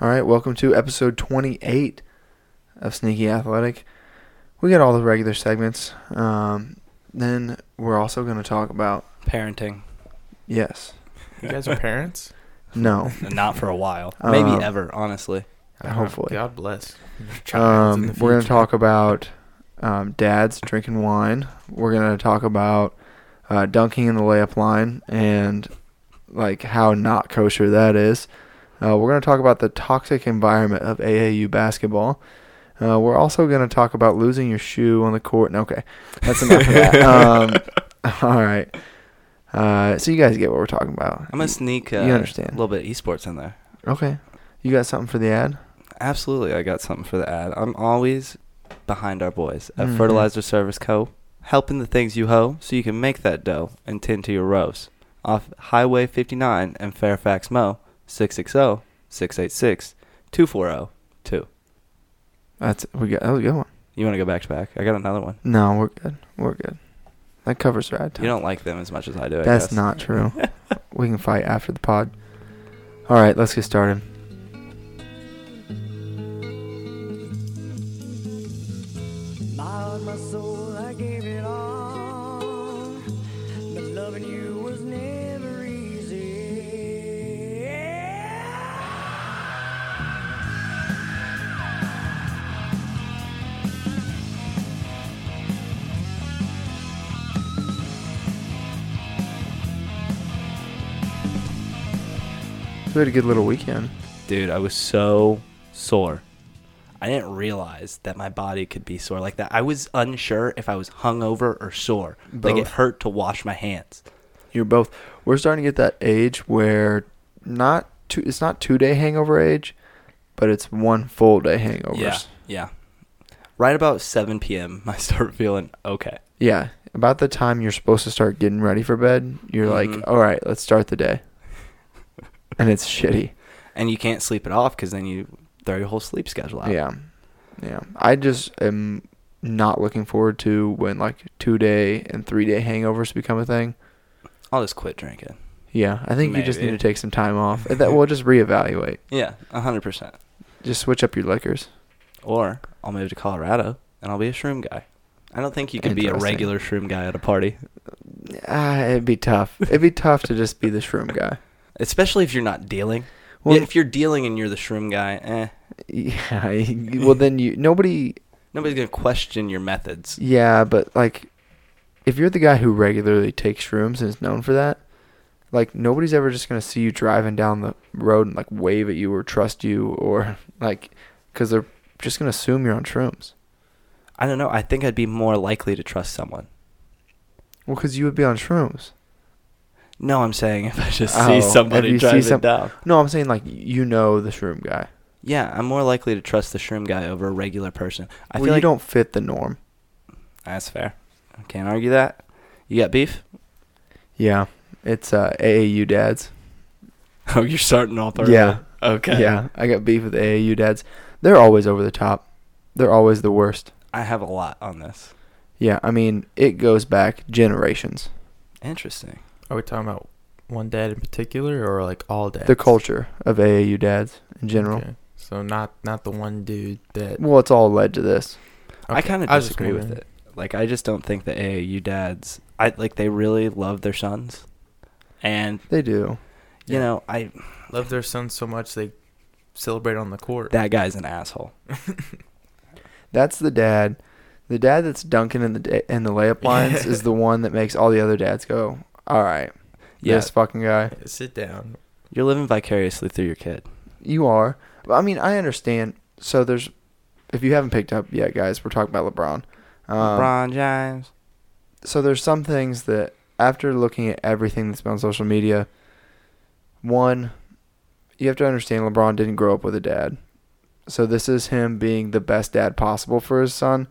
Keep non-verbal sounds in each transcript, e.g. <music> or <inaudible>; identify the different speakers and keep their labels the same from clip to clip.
Speaker 1: All right, welcome to episode 28 of Sneaky Athletic. We got all the regular segments. Um, then we're also going to talk about
Speaker 2: Parenting.
Speaker 1: yes,
Speaker 3: You
Speaker 1: <laughs>
Speaker 3: guys <laughs> are parents?
Speaker 1: no,
Speaker 2: Not for a while.
Speaker 1: Um,
Speaker 2: Maybe ever, honestly.
Speaker 1: Hopefully.
Speaker 3: Uh-huh. God bless.
Speaker 1: Um, we're going to talk about um, dads drinking wine. We're going to talk about uh, dunking in the layup line and like how not kosher that is. Uh, we're going to talk about the toxic environment of AAU basketball. Uh, we're also going to talk about losing your shoe on the court. No, Okay, that's enough of that. Um, <laughs> all right. Uh, so you guys get what we're talking about.
Speaker 2: I'm going to sneak uh,
Speaker 1: you understand.
Speaker 2: a little bit of esports in there.
Speaker 1: Okay. You got something for the ad?
Speaker 2: Absolutely. I got something for the ad. I'm always behind our boys at
Speaker 1: Mhm.
Speaker 2: Fertilizer Service Co., helping the things you hoe so you can make that dough and tend to your rows. Off Highway 59 and Fairfax Mo, oh, 660 686 oh. 2402.
Speaker 1: That's we got. That was a good one.
Speaker 2: You want to go back to back? I got another one.
Speaker 1: No, we're good. We're good. That covers our ad time.
Speaker 2: You don't like them as much as I do. I
Speaker 1: That's
Speaker 2: guess.
Speaker 1: not
Speaker 2: <laughs>
Speaker 1: true. we can fight after the pod. All right, let's get started.
Speaker 4: My heart, my soul, I gave it all. But loving you was never easy.
Speaker 1: We had a good little weekend.
Speaker 2: Dude, I was so sore. I didn't realize that my body could be sore like that. I was unsure if I was hungover or sore. Like it
Speaker 1: Both.
Speaker 2: hurt to wash my hands.
Speaker 1: You're both. We're starting to get that age where not two. It's not two day hangover age, but it's one full day hangovers.
Speaker 2: Yeah. Yeah. Right about 7 p.m., <laughs> I start feeling okay.
Speaker 1: Yeah. About the time you're supposed to start getting ready for bed, you're
Speaker 2: Mhm.
Speaker 1: like, all right, let's start the day. and it's shitty.
Speaker 2: And you can't sleep it off because then you throw your whole sleep schedule out.
Speaker 1: Yeah. Yeah. I just am not looking forward to when like two day and three day hangovers become a thing.
Speaker 2: I'll just quit drinking.
Speaker 1: Yeah. I think you just need
Speaker 3: Maybe.
Speaker 1: to take some time off. And that we'll just reevaluate.
Speaker 2: Yeah, 100%.
Speaker 1: Just switch up your liquors.
Speaker 2: Or I'll move to Colorado and I'll be a shroom guy. I don't think you can be a
Speaker 1: Interesting.
Speaker 2: regular shroom guy at a party,
Speaker 1: Ah, it'd be tough. it'd be tough to just be the shroom guy.
Speaker 2: especially if you're not dealing.
Speaker 1: Well,
Speaker 2: if you're dealing and you're the shroom guy, eh,
Speaker 1: <laughs> yeah. you- Well, then you nobody.
Speaker 2: nobody's gonna question your methods.
Speaker 1: Yeah, but like, if you're the guy who regularly takes shrooms and is known for that, like nobody's ever just gonna see you driving down the road and like wave at you or trust you or <laughs> like, cause they're just gonna assume you're on shrooms.
Speaker 2: I don't know. I think I'd be more likely to trust someone.
Speaker 1: Well, cause you would be on shrooms.
Speaker 2: No, I'm saying <laughs> if I just
Speaker 1: Oh,
Speaker 2: see
Speaker 1: if
Speaker 2: somebody
Speaker 1: you see
Speaker 2: driving
Speaker 1: some-
Speaker 2: down.
Speaker 1: No, I'm saying like you know the shroom guy.
Speaker 2: Yeah, I'm more likely to trust the shroom guy over a regular person. I
Speaker 1: well,
Speaker 2: feel
Speaker 1: you
Speaker 2: like
Speaker 1: don't fit the norm.
Speaker 2: that's fair. I can't argue that. You got beef? <laughs>
Speaker 1: Yeah, it's uh, AAU dads.
Speaker 2: Oh, you're starting off early.
Speaker 1: Yeah.
Speaker 2: Okay.
Speaker 1: Yeah, I got beef with AAU dads. They're always over the top. They're always the worst.
Speaker 2: I have a lot on this.
Speaker 1: Yeah, I mean it goes back generations.
Speaker 2: Interesting.
Speaker 3: Are we talking about one dad in particular, or like all dads?
Speaker 1: the culture of AAU dads in general.
Speaker 3: Okay. So not not the one dude that.
Speaker 1: Well, it's all led to this.
Speaker 2: I
Speaker 3: Okay,
Speaker 2: kind of
Speaker 3: was just
Speaker 2: disagree with
Speaker 3: wondering.
Speaker 2: it. Like, I just don't think the AAU dads, I like, they really love their sons. And,
Speaker 1: They do.
Speaker 2: you
Speaker 3: Yeah.
Speaker 2: know, I
Speaker 3: Love their son so much they celebrate on the court.
Speaker 2: that guy's an asshole.
Speaker 1: That's the dad. The dad that's dunking in the da- in the layup lines is the one that makes all the other dads go, "All right,
Speaker 2: Yes.
Speaker 1: this fucking guy,
Speaker 3: Sit down.
Speaker 2: You're living vicariously through your kid.
Speaker 1: you are." But, I mean, I understand. So there's, if you haven't picked up yet, guys, we're talking about LeBron. Um,
Speaker 2: LeBron James.
Speaker 1: so there's some things that after looking at everything that's been on social media, one, you have to understand LeBron didn't grow up with a dad. So this is him being the best dad possible for his son.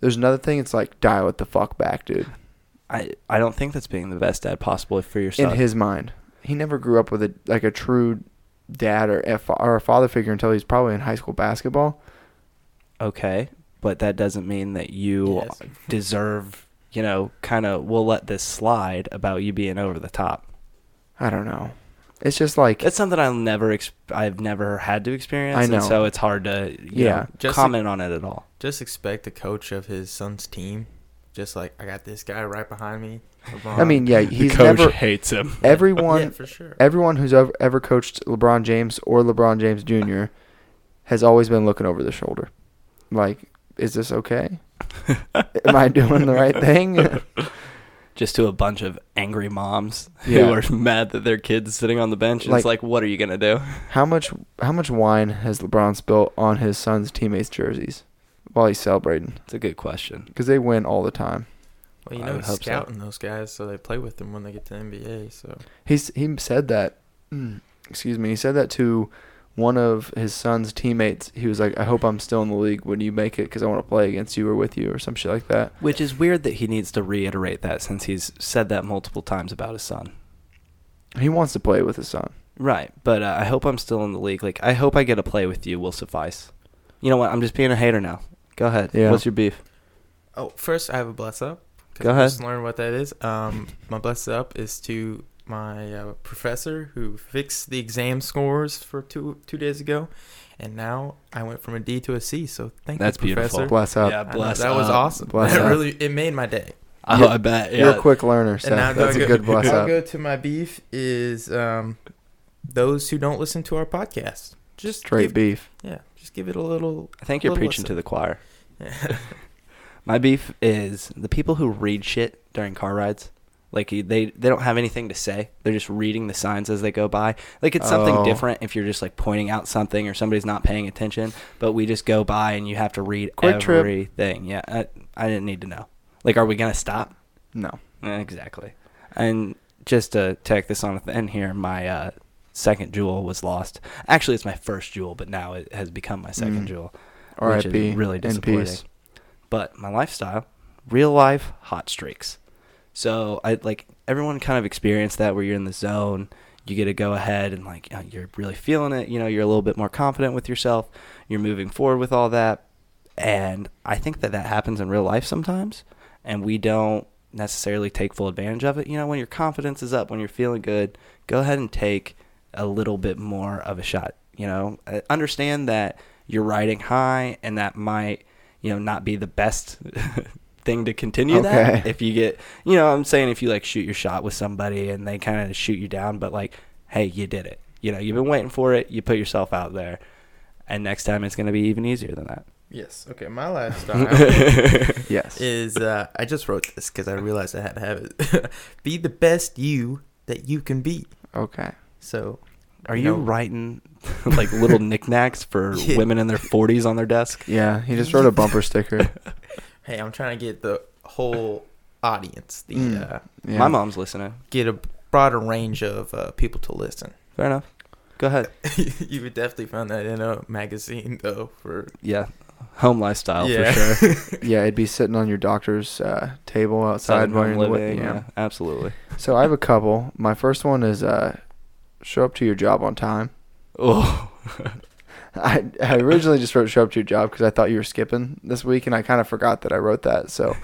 Speaker 1: There's another thing, it's like dial it the fuck back, dude.
Speaker 2: I, I don't think that's being the best dad possible for your son.
Speaker 1: In his mind. He never grew up with a like a true dad or a, fa- or a father figure until he's probably in high school basketball.
Speaker 2: okay, but that doesn't mean that you
Speaker 3: Yes.
Speaker 2: deserve, you know, kind of, we'll let this slide about you being over the top.
Speaker 1: I don't know. It's just like
Speaker 2: That's something I'll never. Ex- I've never had to experience.
Speaker 1: I know.
Speaker 2: And so it's hard to you
Speaker 1: Yeah.
Speaker 2: know,
Speaker 3: Just-
Speaker 2: comment on it at all.
Speaker 3: Just expect the coach of his son's team. Just like I got this guy right
Speaker 2: <laughs>
Speaker 3: behind me. LeBron.
Speaker 1: I mean, yeah, he's never
Speaker 5: hates him.
Speaker 1: everyone
Speaker 3: <laughs> yeah, for sure.
Speaker 1: everyone who's ever, ever coached LeBron James or LeBron James Jr. has always been looking over the shoulder. Like, is this okay? Am I doing the right thing?
Speaker 2: Just to a bunch of angry moms
Speaker 1: Yeah.
Speaker 2: who are mad that their kid's sitting on the bench.
Speaker 1: Like-
Speaker 2: it's like, what are you gonna do?
Speaker 1: how much how much wine has LeBron spilt on his son's teammates' jerseys while he's celebrating?
Speaker 2: It's a good question.
Speaker 1: Because they win all the time.
Speaker 3: well, you
Speaker 2: I
Speaker 3: know
Speaker 2: would
Speaker 3: he's
Speaker 2: hope so.
Speaker 3: scouting those guys, so they play with them when they get to NBA. So
Speaker 1: He's he said that. <clears throat> Excuse me. He said that to one of his son's teammates. He was like, "I hope I'm still in the league when you make it, because I want to play against you or with you or some shit like that."
Speaker 2: Which is weird that he needs to reiterate that since he's said that multiple times about his son.
Speaker 1: He wants to play with his son.
Speaker 2: Right, but uh, I hope I'm still in the league. Like, I hope I get to play with you will suffice. You know what? I'm just being a hater now. Go ahead.
Speaker 1: Yeah.
Speaker 2: What's your beef?
Speaker 3: Oh, first I have a bless up. 'cause
Speaker 2: Go
Speaker 3: I
Speaker 2: ahead.
Speaker 3: Just learned what that is. Um, my bless up is to my uh, professor who fixed the exam scores for two two days ago, and now I went from a D to a C. So thank
Speaker 2: That's
Speaker 3: you, professor.
Speaker 2: beautiful.
Speaker 1: Bless up.
Speaker 2: Yeah,
Speaker 3: I know,
Speaker 2: bless
Speaker 3: that was
Speaker 2: up.
Speaker 3: awesome.
Speaker 1: Bless
Speaker 3: that
Speaker 1: up.
Speaker 3: really it made my day.
Speaker 2: Oh,
Speaker 1: You're-
Speaker 2: I bet. Yeah.
Speaker 1: You're a quick learner, Seth.
Speaker 3: do I
Speaker 1: That's a
Speaker 3: go- <laughs>
Speaker 1: good bless
Speaker 3: I'll
Speaker 1: up.
Speaker 3: go to my beef is um, those who don't listen to our podcast. Just
Speaker 1: Straight
Speaker 3: give,
Speaker 1: beef.
Speaker 3: Yeah, just give it a little.
Speaker 2: I think you're
Speaker 3: little
Speaker 2: preaching to
Speaker 3: listen.
Speaker 1: <laughs>
Speaker 2: the choir. My beef is the people who read shit during car rides. Like they they don't have anything to say. They're just reading the signs as they go by. Like it's something
Speaker 1: Oh.
Speaker 2: different if you're just like pointing out something or somebody's not paying attention. But we just go by and you have to read
Speaker 1: Quick trip.
Speaker 2: everything. Yeah, I, I didn't need to know. Like, are we gonna stop?
Speaker 1: No.
Speaker 2: Yeah, Exactly. And just to tack this on at the end here, my uh, second jewel was lost. Actually, it's my first jewel, but now it has become my second
Speaker 1: Mm.
Speaker 2: jewel, which
Speaker 1: R.I.P.
Speaker 2: is really
Speaker 1: in
Speaker 2: disappointing.
Speaker 1: peace.
Speaker 2: But my lifestyle, real life hot streaks. So I like everyone kind of experienced that where you're in the zone, you get to go ahead and like uh, you're really feeling it. You know, you're a little bit more confident with yourself. You're moving forward with all that, and I think that that happens in real life sometimes, and we don't necessarily take full advantage of it. You know, when your confidence is up, when you're feeling good, go ahead and take a little bit more of a shot. You know, Uh, understand that you're riding high, and that might, you know, not be the best <laughs> thing to continue that
Speaker 1: Okay.
Speaker 2: if you get you know i'm saying if you like shoot your shot with somebody and they kind of shoot you down but like hey you did it you know you've been waiting for it you put yourself out there and next time it's going to be even easier than that
Speaker 3: Yes. Okay. My
Speaker 1: <laughs>
Speaker 3: lifestyle.
Speaker 1: Yes.
Speaker 3: is uh, I just wrote this because I realized I had to have it. <laughs> be the best you that you can be.
Speaker 1: okay.
Speaker 3: So,
Speaker 2: are
Speaker 3: you
Speaker 2: you
Speaker 3: know-
Speaker 2: writing <laughs> like little knickknacks <laughs> for
Speaker 3: Yeah.
Speaker 2: women in their 40s on their desk
Speaker 1: Yeah, he just wrote a bumper
Speaker 2: <laughs>
Speaker 1: sticker.
Speaker 3: <laughs> hey, I'm trying to get the whole audience, the
Speaker 1: Mm.
Speaker 3: uh,
Speaker 1: Yeah.
Speaker 2: my mom's listening
Speaker 3: get a broader range of uh, people to listen. <laughs>
Speaker 2: fair enough go ahead
Speaker 3: you would definitely find that in a magazine, though. For
Speaker 2: yeah home lifestyle
Speaker 3: yeah,
Speaker 2: Oh, for <laughs> sure
Speaker 1: Yeah, it'd be sitting on your doctor's uh, table outside
Speaker 2: Southern
Speaker 1: while
Speaker 2: home
Speaker 1: you're living.
Speaker 2: living yeah absolutely
Speaker 1: So I have a couple. My first one is uh, show up to your job on time. <laughs>
Speaker 2: oh
Speaker 1: I, I originally just wrote show up to your job because I thought you were skipping this week, and I kind of forgot that I wrote that.
Speaker 2: <laughs>
Speaker 1: So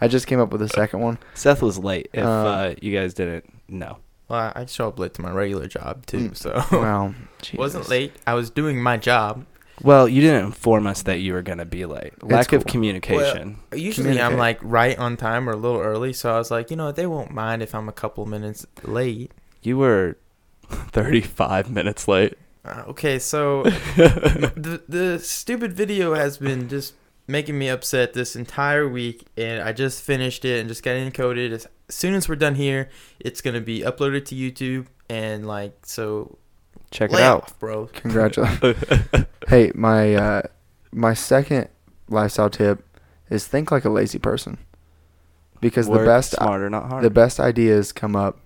Speaker 1: I just came up with a second one.
Speaker 2: <laughs> seth was late if
Speaker 1: Um,
Speaker 2: uh, you guys didn't know
Speaker 3: <laughs> well, I show up late to my regular job too,
Speaker 1: Mm.
Speaker 3: so
Speaker 1: Well,
Speaker 3: wasn't
Speaker 1: Jesus.
Speaker 3: late. I was doing my job.
Speaker 2: Well, you didn't inform us that you were going to be late. Lack of
Speaker 1: cool.
Speaker 2: communication.
Speaker 3: Usually, I'm
Speaker 1: Communicate.
Speaker 3: like right on time or a little early, so I was like, you know, they won't mind if I'm a couple minutes late.
Speaker 2: you were 35 minutes late.
Speaker 3: Uh, okay, so <laughs> the the stupid video has been just making me upset this entire week, and I just finished it and just got it encoded. As soon as we're done here, it's gonna be uploaded to YouTube, and like so,
Speaker 2: <laughs> Check
Speaker 3: lay
Speaker 2: it out.
Speaker 3: off, bro.
Speaker 1: Congratulations. <laughs> hey, my uh, my second lifestyle tip is think like a lazy person, because
Speaker 2: Work
Speaker 1: the best
Speaker 2: smarter, not harder.
Speaker 1: the best ideas come up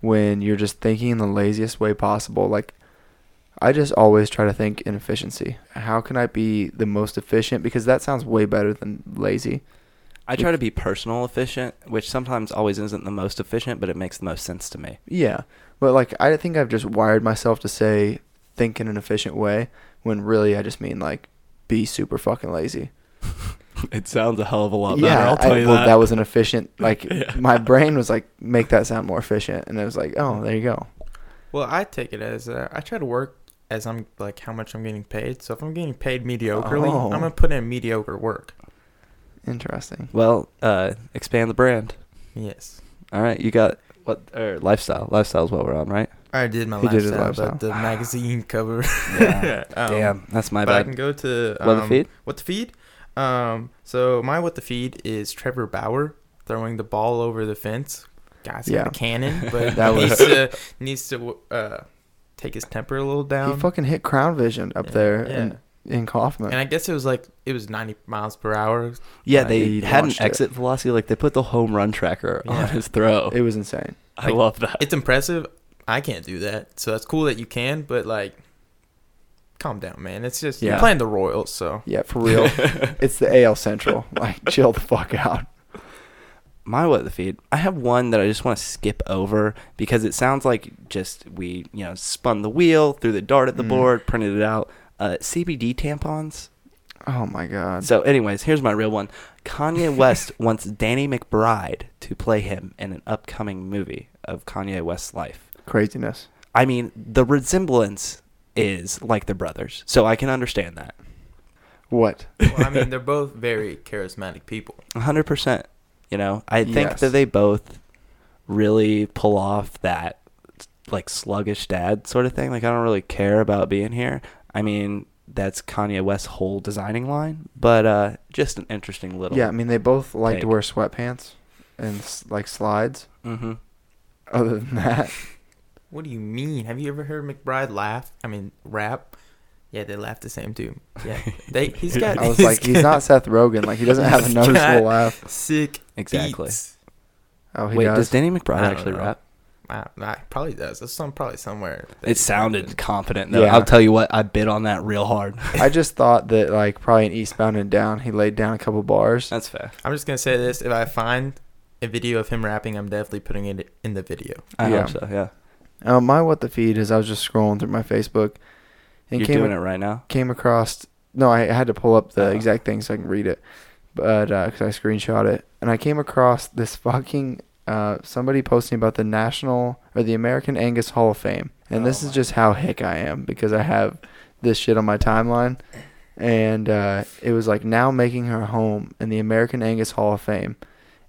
Speaker 1: when you're just thinking in the laziest way possible. Like, I just always try to think in efficiency. How can I be the most efficient? Because that sounds way better than lazy.
Speaker 2: I try to be personal efficient, which sometimes always isn't the most efficient, but it makes the most sense to me.
Speaker 1: Yeah. But, like, I think I've just wired myself to say think in an efficient way when really I just mean, like, be super fucking lazy.
Speaker 2: <laughs> It sounds a hell of a lot
Speaker 1: I- well, that.
Speaker 2: <laughs>
Speaker 1: was an efficient. Like
Speaker 2: Yeah.
Speaker 1: my brain was like, make that sound more efficient, and it was like, oh, there you go.
Speaker 3: Well, I take it as uh, I try to work as I'm like how much I'm getting paid. So if I'm getting paid mediocrely,
Speaker 1: Oh.
Speaker 3: I'm gonna put in mediocre work.
Speaker 1: Interesting.
Speaker 2: Well, uh, expand the brand.
Speaker 3: Yes,
Speaker 2: All right, you got what? Or lifestyle. Lifestyle is what we're on, right?
Speaker 3: I did my
Speaker 1: He did his
Speaker 3: lifestyle,
Speaker 1: lifestyle.
Speaker 3: but the magazine
Speaker 1: <laughs>
Speaker 3: cover.
Speaker 2: <laughs>
Speaker 3: <laughs> Um,
Speaker 2: Damn, that's my
Speaker 3: But I
Speaker 2: bad.
Speaker 3: can go to um,
Speaker 2: What the feed?
Speaker 3: What the feed? Um, so my what the feed is Trevor Bauer throwing the ball over the fence. Guy's
Speaker 1: Yeah.
Speaker 3: got
Speaker 1: <laughs>
Speaker 3: a cannon, but
Speaker 1: That was-
Speaker 3: <laughs> needs to needs to uh, take his temper a little down.
Speaker 1: He fucking hit Crown Vision up
Speaker 3: Yeah,
Speaker 1: there
Speaker 3: yeah.
Speaker 1: in in Kaufman.
Speaker 3: and I guess it was like it was 90 miles per hour.
Speaker 2: Yeah,
Speaker 1: Uh,
Speaker 2: they
Speaker 1: he
Speaker 2: had an
Speaker 1: launched it.
Speaker 2: exit velocity. Like they put the home run tracker
Speaker 3: Yeah.
Speaker 2: on his throw.
Speaker 1: it was insane.
Speaker 2: I love that.
Speaker 3: It's impressive. I can't do that, so that's cool that you can. But like, calm down, man. It's just you're
Speaker 1: Yeah.
Speaker 3: playing the
Speaker 1: <laughs>
Speaker 3: Royals, so
Speaker 1: Yeah,
Speaker 2: <laughs>
Speaker 1: for real. it's the AL Central. Like, chill the fuck out.
Speaker 2: my what the feed. I have one that I just want to skip over because it sounds like just we you know spun the wheel, threw the dart at the
Speaker 1: Mm.
Speaker 2: board, printed it out. Uh, CBD tampons.
Speaker 1: Oh my god.
Speaker 2: So, anyways, here's my real one. Kanye West wants Danny McBride to play him in an upcoming movie of Kanye West's life.
Speaker 1: Craziness.
Speaker 2: I mean, the resemblance is like the brothers, so I can understand that.
Speaker 1: What?
Speaker 3: well,
Speaker 2: <laughs>
Speaker 3: I mean they're both very charismatic people.
Speaker 2: 100%. You know, I think
Speaker 1: Yes.
Speaker 2: that they both really pull off that like sluggish dad sort of thing. Like, I don't really care about being here. I mean, that's Kanye West's whole designing line, but uh, just an interesting little.
Speaker 1: Yeah, I mean they both like
Speaker 2: Take.
Speaker 1: to wear sweatpants and s- like slides.
Speaker 2: hmm
Speaker 1: Other than that,
Speaker 3: What do you mean? Have you ever heard McBride laugh? I mean, rap. Yeah, they laugh the same too.
Speaker 1: <laughs>
Speaker 3: Yeah, they. He's got.
Speaker 1: I was like, he's not Seth Rogen. Like he doesn't have a
Speaker 3: He's
Speaker 1: noticeable
Speaker 3: got-
Speaker 1: laugh.
Speaker 3: <laughs> sick.
Speaker 2: Exactly.
Speaker 3: Beats.
Speaker 1: Oh, he
Speaker 2: Wait, does
Speaker 1: does.
Speaker 2: Danny
Speaker 3: I
Speaker 2: McBride
Speaker 3: don't
Speaker 2: actually
Speaker 3: know.
Speaker 2: rap?
Speaker 3: I, I probably does. It's some probably somewhere. that
Speaker 2: It
Speaker 3: he
Speaker 2: sounded
Speaker 3: did.
Speaker 2: confident though.
Speaker 1: Yeah.
Speaker 2: I'll tell you what, I bit on that real hard.
Speaker 1: I just thought that like probably in Eastbound and Down, he laid down a couple bars.
Speaker 2: That's fair.
Speaker 3: I'm just gonna say this: if I find a video of him rapping, I'm definitely putting it in the video.
Speaker 2: I
Speaker 1: Yeah.
Speaker 2: hope so. Yeah,
Speaker 1: Uh, my what the feed is. I was just scrolling through my Facebook, and
Speaker 2: you're
Speaker 1: came
Speaker 2: doing it right now.
Speaker 1: came across. No, I had to pull up the
Speaker 2: Oh.
Speaker 1: exact thing so I can read it, but because I screenshot it, and I came across this fucking uh, somebody posting about the national or the American Angus Hall of Fame, and this
Speaker 2: Oh
Speaker 1: is
Speaker 2: my
Speaker 1: just how hick I am because I have this shit on my timeline, and uh, it was like now making her home in the American Angus Hall of Fame,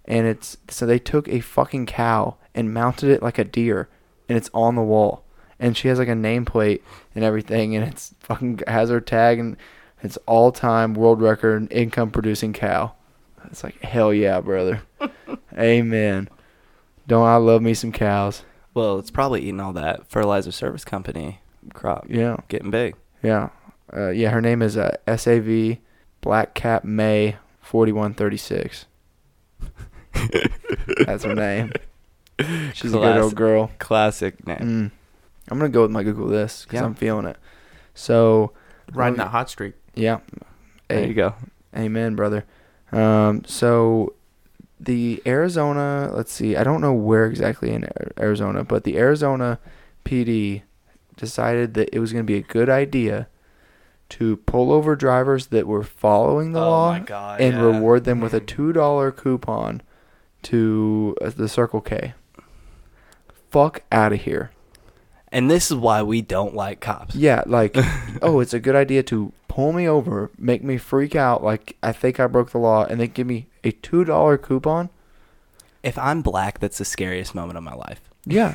Speaker 1: and it's so they took a fucking cow and mounted it like a deer, and it's on the wall, and she has like a nameplate and everything, and it's fucking has her tag and it's all time world record income producing cow. It's like hell yeah, brother. Amen. Don't I love me some cows?
Speaker 2: Well, it's probably eating all that fertilizer service company crop.
Speaker 1: Yeah,
Speaker 2: Getting big.
Speaker 1: yeah, uh, yeah. Her name is uh, Sav Black Cat May forty one thirty six. That's her
Speaker 2: <laughs>
Speaker 1: name. She's a good
Speaker 2: Classic.
Speaker 1: old girl.
Speaker 2: Classic name.
Speaker 1: Mm. I'm gonna go with my Google this because
Speaker 2: Yeah.
Speaker 1: I'm feeling it. So
Speaker 3: Riding that hot streak. <laughs>
Speaker 1: yeah,
Speaker 2: There you go.
Speaker 1: Amen, brother. Um, so the Arizona, let's see, I don't know where exactly in Ar- Arizona, but the Arizona PD decided that it was going to be a good idea to pull over drivers that were following the law
Speaker 2: Oh god.
Speaker 1: and reward them with a
Speaker 3: Mhm.
Speaker 1: $2 coupon to uh, the Circle K. Fuck out of here.
Speaker 2: And this is why we don't like cops.
Speaker 1: Yeah,
Speaker 2: <laughs>
Speaker 1: like, oh, it's a good idea to pull me over, make me freak out, like I think I broke the law, and then give me a two dollar coupon.
Speaker 2: If I'm black, that's the scariest moment of my life. <laughs>
Speaker 1: Yeah,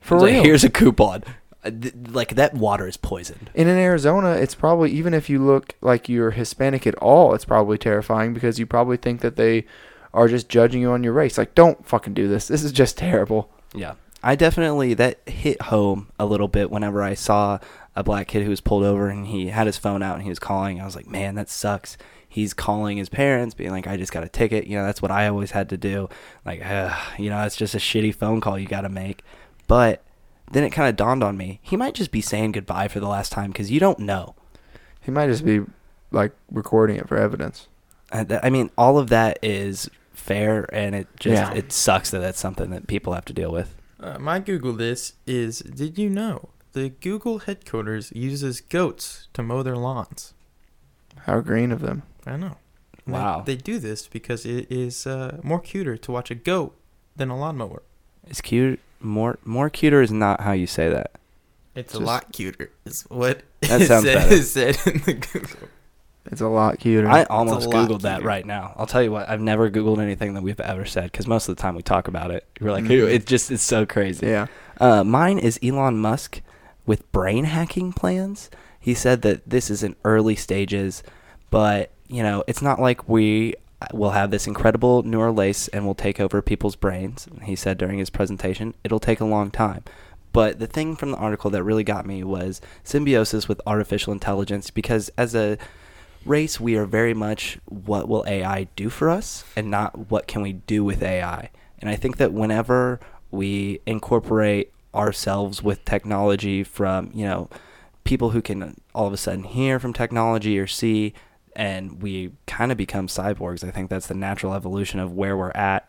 Speaker 1: for
Speaker 3: Uh,
Speaker 2: It's like,
Speaker 1: real.
Speaker 2: Here's a coupon. Uh, th- Like that water is poisoned.
Speaker 1: and in Arizona, it's probably even if you look like you're Hispanic at all, it's probably terrifying because you probably think that they are just judging you on your race. Like, don't fucking do this. This is just terrible.
Speaker 2: Yeah. I definitely that hit home a little bit whenever I saw a black kid who was pulled over and he had his phone out and he was calling. I was like, "Man, that sucks." He's calling his parents being like, "I just got a ticket." You know, that's what I always had to do. Like, ugh, you know, it's just a shitty phone call you got to make. But then it kind of dawned on me. He might just be saying goodbye for the last time cuz you don't know.
Speaker 1: He might just be like recording it for evidence.
Speaker 2: I Uh, I mean, all of that is fair and it just
Speaker 1: Yeah.
Speaker 2: it sucks that that's something that people have to deal with.
Speaker 3: Uh, my Google this is: Did you know the Google headquarters uses goats to mow their lawns?
Speaker 1: How green of them.
Speaker 3: I know. They-
Speaker 2: Wow.
Speaker 3: They, do this because it is uh, more cuter to watch a goat than a lawnmower.
Speaker 2: It's cute. More more cuter is not how you say that.
Speaker 3: It's a
Speaker 2: Just-
Speaker 3: lot cuter. <laughs> Is what
Speaker 2: That
Speaker 3: it
Speaker 2: sounds
Speaker 3: said,
Speaker 2: better.
Speaker 3: it said in the Google.
Speaker 1: It's a lot cuter.
Speaker 2: I almost
Speaker 3: lot
Speaker 2: googled that
Speaker 3: cuter.
Speaker 2: right now. I'll tell you what, I've never googled anything that we've ever said because most of the time we talk about it. We're like,
Speaker 1: Mhm.
Speaker 2: "Ew," it just is so crazy.
Speaker 1: yeah.
Speaker 2: Uh, mine is Elon Musk with brain hacking plans. He said that this is in early stages, but you know, it's not like we will have this incredible neural lace and will take over people's brains. He said during his presentation, it'll take a long time. But the thing from the article that really got me was symbiosis with artificial intelligence because as a race, we are very much what will AI do for us and not what can we do with AI. And I think that whenever we incorporate ourselves with technology from, you know, people who can all of a sudden hear from technology or see, and we kind of become cyborgs, I think that's the natural evolution of where we're at.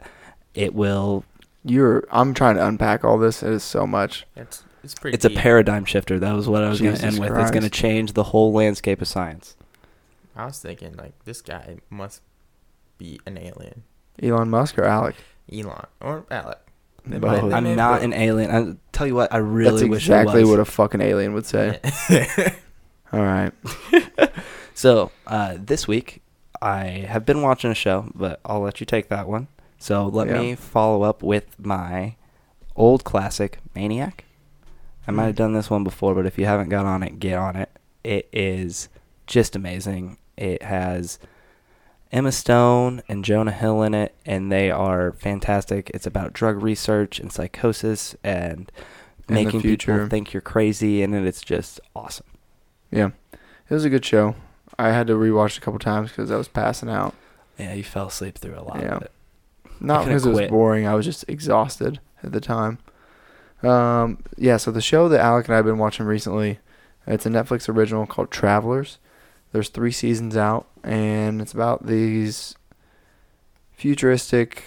Speaker 2: It will,
Speaker 1: You're I'm trying to unpack all this. It is so much.
Speaker 3: It's it's pretty.
Speaker 2: it's a
Speaker 3: deep.
Speaker 2: paradigm shifter. That was what I was going to
Speaker 1: Jesus
Speaker 2: end with. It's going to
Speaker 1: Christ.
Speaker 2: change the whole landscape of science.
Speaker 3: I was thinking like this guy must be an alien,
Speaker 1: Elon Musk or Alec?
Speaker 3: Elon or Alec. They
Speaker 1: Both.
Speaker 3: might- they may
Speaker 2: I'm
Speaker 3: have
Speaker 2: not
Speaker 3: both.
Speaker 2: an alien. I tell you what, I really
Speaker 1: Oh, That's
Speaker 2: wish
Speaker 1: exactly
Speaker 2: it was.
Speaker 1: what a fucking alien would say. All right.
Speaker 2: So uh, this week, I have been watching a show, but I'll let you take that one. So let
Speaker 1: Yeah.
Speaker 2: me follow up with my old classic, Maniac. I might have
Speaker 1: Mm.
Speaker 2: done this one before, but if you haven't got on it, get on it. It is just amazing. It has Emma Stone and Jonah Hill in it, and they are fantastic. It's about drug research and psychosis and
Speaker 1: And the
Speaker 2: making people
Speaker 1: future.
Speaker 2: think you're crazy, and it- it's just awesome.
Speaker 1: Yeah. It was a good show. I had to rewatch it a couple times because I was passing out.
Speaker 2: Yeah, you fell asleep through a lot
Speaker 1: Yeah.
Speaker 2: of it.
Speaker 1: Not
Speaker 2: could've
Speaker 1: because it was
Speaker 2: quit.
Speaker 1: boring. I was just exhausted at the time. Um, yeah, so the show that Alec and I have been watching recently, it's a Netflix original called Travelers. There's three seasons out, and it's about these futuristic,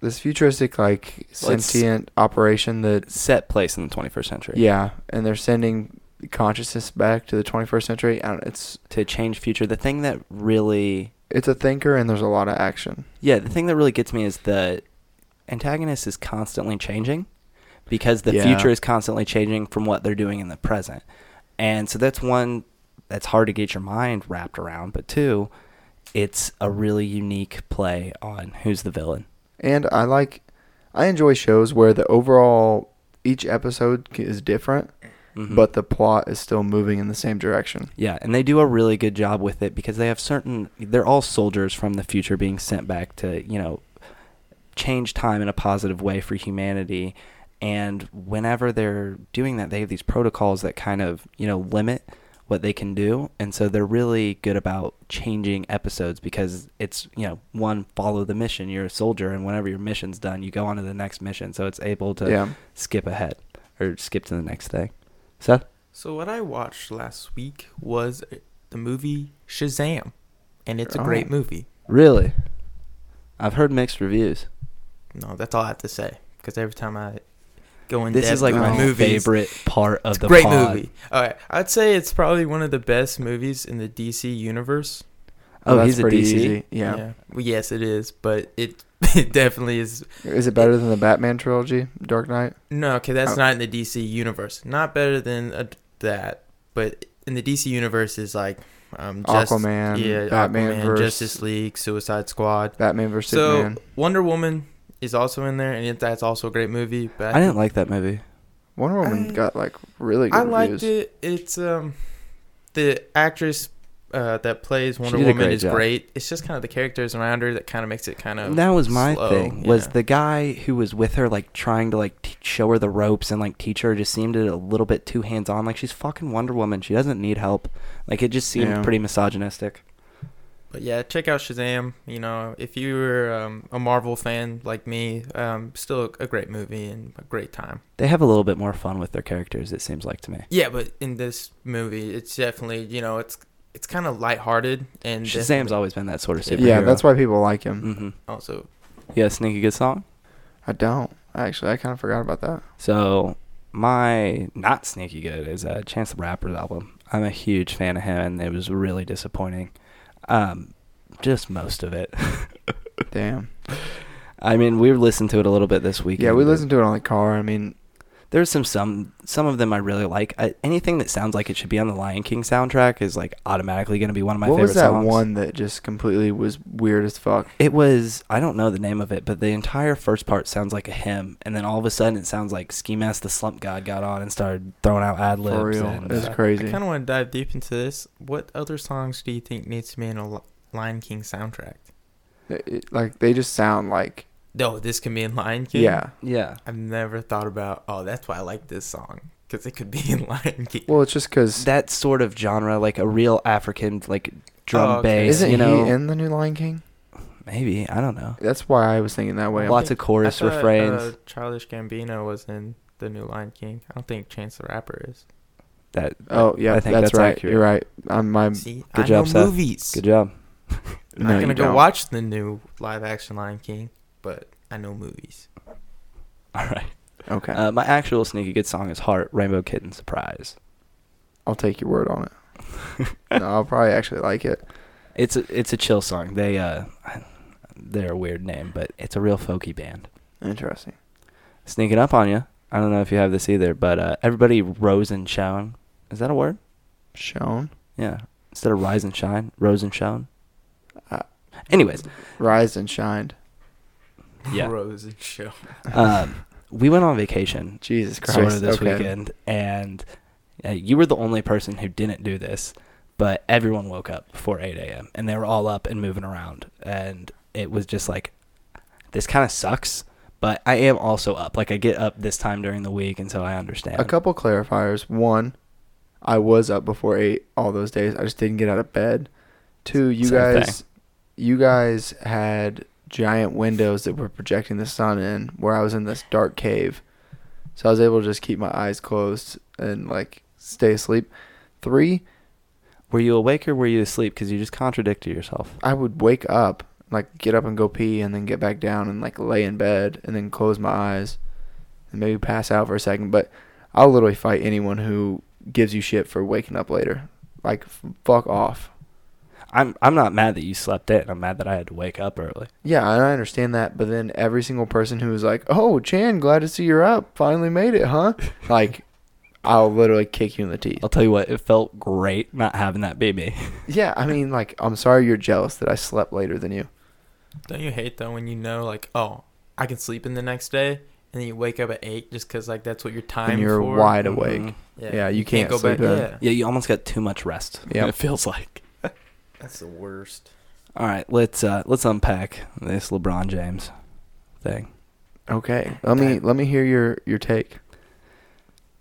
Speaker 1: this futuristic like
Speaker 2: Well, it's-
Speaker 1: sentient operation that
Speaker 2: set place in the 21st century.
Speaker 1: yeah, and they're sending consciousness back to the 21st century. I don't, it's
Speaker 2: To change future, the thing that really,
Speaker 1: it's a thinker, and there's a lot of action.
Speaker 2: yeah, the thing that really gets me is the antagonist is constantly changing because the
Speaker 1: Yeah.
Speaker 2: future is constantly changing from what they're doing in the present. And so that's one that's hard to get your mind wrapped around, but two, it's a really unique play on who's the villain.
Speaker 1: And I like, I enjoy shows where the overall each episode c- is different,
Speaker 2: Mhm.
Speaker 1: but the plot is still moving in the same direction.
Speaker 2: Yeah, and they do a really good job with it because they have certain. They're all soldiers from the future being sent back to you know change time in a positive way for humanity. And whenever they're doing that, they have these protocols that kind of you know limit what they can do, and so they're really good about changing episodes because it's you know one follow the mission. You're a soldier, and whenever your mission's done, you go on to the next mission. So it's able to
Speaker 1: yeah,
Speaker 2: skip ahead or skip to the next thing. Seth,
Speaker 3: <laughs> So what I watched last week was the movie Shazam, and it's a
Speaker 1: Oh.
Speaker 3: great movie.
Speaker 2: really? I've heard mixed reviews.
Speaker 3: No, that's all I have to say because every time I go in
Speaker 2: This
Speaker 3: depth
Speaker 2: is like
Speaker 3: with
Speaker 2: my
Speaker 3: movies,
Speaker 2: favorite part of
Speaker 3: it's a
Speaker 2: the
Speaker 3: great
Speaker 2: pod.
Speaker 3: movie. All right, I'd say it's probably one of the best movies in the DC universe.
Speaker 2: Oh,
Speaker 1: That's
Speaker 2: he's a
Speaker 1: pretty
Speaker 2: DC.
Speaker 1: easy. Yeah.
Speaker 3: Well, yes, it is, but it <laughs> it definitely is.
Speaker 1: is it better than the Batman trilogy, Dark Knight?
Speaker 3: No, okay, that's
Speaker 1: Oh.
Speaker 3: not in the DC universe. Not better than uh that, but in the DC universe is like um, just,
Speaker 1: Aquaman,
Speaker 3: yeah,
Speaker 1: Batman
Speaker 3: Aquaman,
Speaker 1: versus
Speaker 3: Justice League, Suicide Squad.
Speaker 1: Batman versus
Speaker 3: So
Speaker 1: Superman.
Speaker 3: Wonder Woman is also in there, and it, that's also a great movie. But
Speaker 2: I didn't like that movie.
Speaker 1: Wonder Woman
Speaker 3: I-
Speaker 1: got like really good
Speaker 3: I
Speaker 1: reviews.
Speaker 3: liked it. It's um, the actress uh, that plays Wonder
Speaker 2: did a
Speaker 3: Woman
Speaker 2: great
Speaker 3: is
Speaker 2: job.
Speaker 3: great. It's just kind of the characters around her that kind of makes it kind of
Speaker 2: that was my
Speaker 3: slow,
Speaker 2: thing. Was
Speaker 3: yeah.
Speaker 2: the guy who was with her like trying to like t- show her the ropes and like teach her just seemed a little bit too hands on. Like she's fucking Wonder Woman. She doesn't need help. Like it just seemed
Speaker 1: Yeah.
Speaker 2: pretty misogynistic.
Speaker 3: But yeah, check out Shazam. You know, if you were um, a Marvel fan like me, um, still a great movie and a great time.
Speaker 2: They have a little bit more fun with their characters. It seems like to me.
Speaker 3: Yeah, but in this movie, it's definitely you know it's it's kind of lighthearted and
Speaker 2: Shazam's
Speaker 3: definitely
Speaker 2: always been that sort of superhero.
Speaker 1: Yeah, that's why people like him.
Speaker 2: Mm-hmm.
Speaker 3: also
Speaker 2: Yeah, sneaky good song.
Speaker 1: I don't actually. I kind of forgot about that.
Speaker 2: So my not sneaky good is uh, Chance the Rapper's album. I'm a huge fan of him, and it was really disappointing. Um, just most of it.
Speaker 1: Damn.
Speaker 2: <laughs> I mean, we listened to it a little bit this weekend.
Speaker 1: Yeah, we listened to it on the car. I mean,
Speaker 2: There's some some some of them I really like. I, anything that sounds like it should be on the Lion King soundtrack is like automatically going to be one of my
Speaker 1: what
Speaker 2: favorite
Speaker 1: was that
Speaker 2: songs.
Speaker 1: one that just completely was weird as fuck?
Speaker 2: It was I don't know the name of it, but the entire first part sounds like a hymn, and then all of a sudden it sounds like Ski Mask the Slump God got on and started throwing out ad libs.
Speaker 1: For real,
Speaker 2: and-
Speaker 1: it was
Speaker 3: I-
Speaker 1: crazy.
Speaker 3: uh, I kind of want to dive deep into this. What other songs do you think needs to be in a Li- Lion King soundtrack?
Speaker 1: It- it- like they just sound like
Speaker 3: No, this can be in Lion King.
Speaker 1: yeah.
Speaker 2: yeah,
Speaker 3: I've never thought about. Oh, that's why I like this song because it could be in Lion King.
Speaker 1: Well, it's just because
Speaker 2: that sort of genre, like a real African like drum
Speaker 3: Oh, okay.
Speaker 2: bass.
Speaker 1: isn't
Speaker 2: you know,
Speaker 1: he in the new Lion King?
Speaker 2: maybe I don't know.
Speaker 1: That's why I was thinking that way. I'm
Speaker 2: Lots
Speaker 1: like,
Speaker 2: of chorus
Speaker 3: I thought,
Speaker 2: refrains.
Speaker 3: Uh, Childish Gambino was in the new Lion King. I don't think Chance the Rapper is.
Speaker 2: that
Speaker 1: oh yeah,
Speaker 2: I think
Speaker 1: that's,
Speaker 2: that's
Speaker 1: right.
Speaker 2: accurate.
Speaker 1: You're right. I'm my
Speaker 3: See,
Speaker 2: good
Speaker 3: I
Speaker 2: job,
Speaker 3: know
Speaker 2: Seth.
Speaker 3: movies.
Speaker 2: good job. <laughs>
Speaker 3: I'm
Speaker 1: No,
Speaker 3: not gonna
Speaker 1: you
Speaker 3: go
Speaker 1: don't.
Speaker 3: watch the new live action Lion King, but I know movies.
Speaker 2: All right.
Speaker 1: okay.
Speaker 2: Uh, my actual sneaky good song is Heart Rainbow Kitten Surprise.
Speaker 1: I'll take your word on
Speaker 2: <laughs>
Speaker 1: it. no, I'll probably actually like it.
Speaker 2: It's a, it's a chill song. They uh they're a weird name, but it's a real folky band.
Speaker 1: Interesting.
Speaker 2: Sneaking up on you. I don't know if you have this either, but uh, everybody rose and shone. Is that a word?
Speaker 1: Shown.
Speaker 2: Yeah. Instead of rise and shine, rose and shone.
Speaker 1: Uh,
Speaker 2: Anyways,
Speaker 1: Rise and shined.
Speaker 3: <laughs>
Speaker 2: Yeah.
Speaker 3: Rose and Show.
Speaker 2: um, we went on vacation
Speaker 1: Jesus Christ.
Speaker 2: sort of this
Speaker 1: okay.
Speaker 2: weekend, and uh, you were the only person who didn't do this, but everyone woke up before 8 a.m. and they were all up and moving around, and it was just like, this kind of sucks, but I am also up. Like I get up this time during the week, and so I understand.
Speaker 1: A couple clarifiers. One, I was up before eight all those days. I just didn't get out of bed. Two, you
Speaker 2: Same
Speaker 1: guys, you guys had giant windows that were projecting the sun in, where I was in this dark cave, so I was able to just keep my eyes closed and like stay asleep. Three,
Speaker 2: Were you awake or were you asleep? Because you just contradicted yourself.
Speaker 1: I would wake up, like get up and go pee, and then get back down and like lay in bed and then close my eyes and maybe pass out for a second. But I'll literally fight anyone who gives you shit for waking up later. Like, f- fuck off.
Speaker 2: I'm I'm not mad that you slept in. I'm mad that I had to wake up early.
Speaker 1: Yeah, and I understand that, but then every single person who was like, "Oh, Chan, glad to see you're up. Finally made it, huh?" Like, I'll literally kick you in the teeth.
Speaker 2: I'll tell you what, it felt great not having that baby.
Speaker 1: Yeah, I mean, like, I'm sorry you're jealous that I slept later than you.
Speaker 3: Don't you hate though when you know like, oh, I can sleep in the next day, and then you wake up at eight just because like that's what your time.
Speaker 1: And you're
Speaker 3: for.
Speaker 1: wide awake.
Speaker 2: Mhm.
Speaker 1: yeah, you can't sleep in.
Speaker 3: Yeah.
Speaker 2: Yeah, you almost got too much rest.
Speaker 1: Yep.
Speaker 2: it feels like.
Speaker 3: that's the worst.
Speaker 2: All right, let's uh, let's unpack this LeBron James thing.
Speaker 1: Okay, let me let me hear your your take.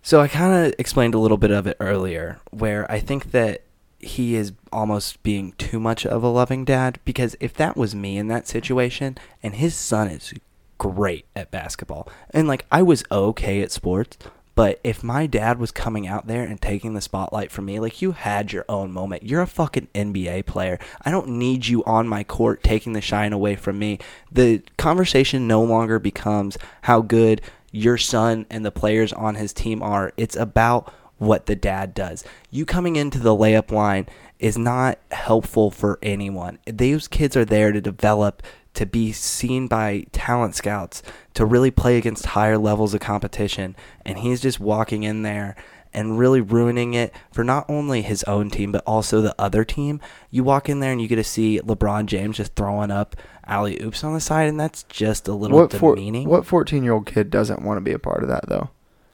Speaker 2: So I kind of explained a little bit of it earlier, where I think that he is almost being too much of a loving dad because if that was me in that situation, and his son is great at basketball, and like I was okay at sports. But if my dad was coming out there and taking the spotlight from me, like you had your own moment. You're a fucking NBA player. I don't need you on my court taking the shine away from me. The conversation no longer becomes how good your son and the players on his team are. It's about what the dad does. You coming into the layup line is not helpful for anyone. Those kids are there to develop, to be seen by talent scouts, to really play against higher levels of competition. And he's just walking in there and really ruining it for not only his own team, but also the other team. You walk in there and you get to see LeBron James just throwing up alley oops on the side, and that's just a little
Speaker 1: What four,
Speaker 2: demeaning.
Speaker 1: what 14 year old kid doesn't want to be a part of that though?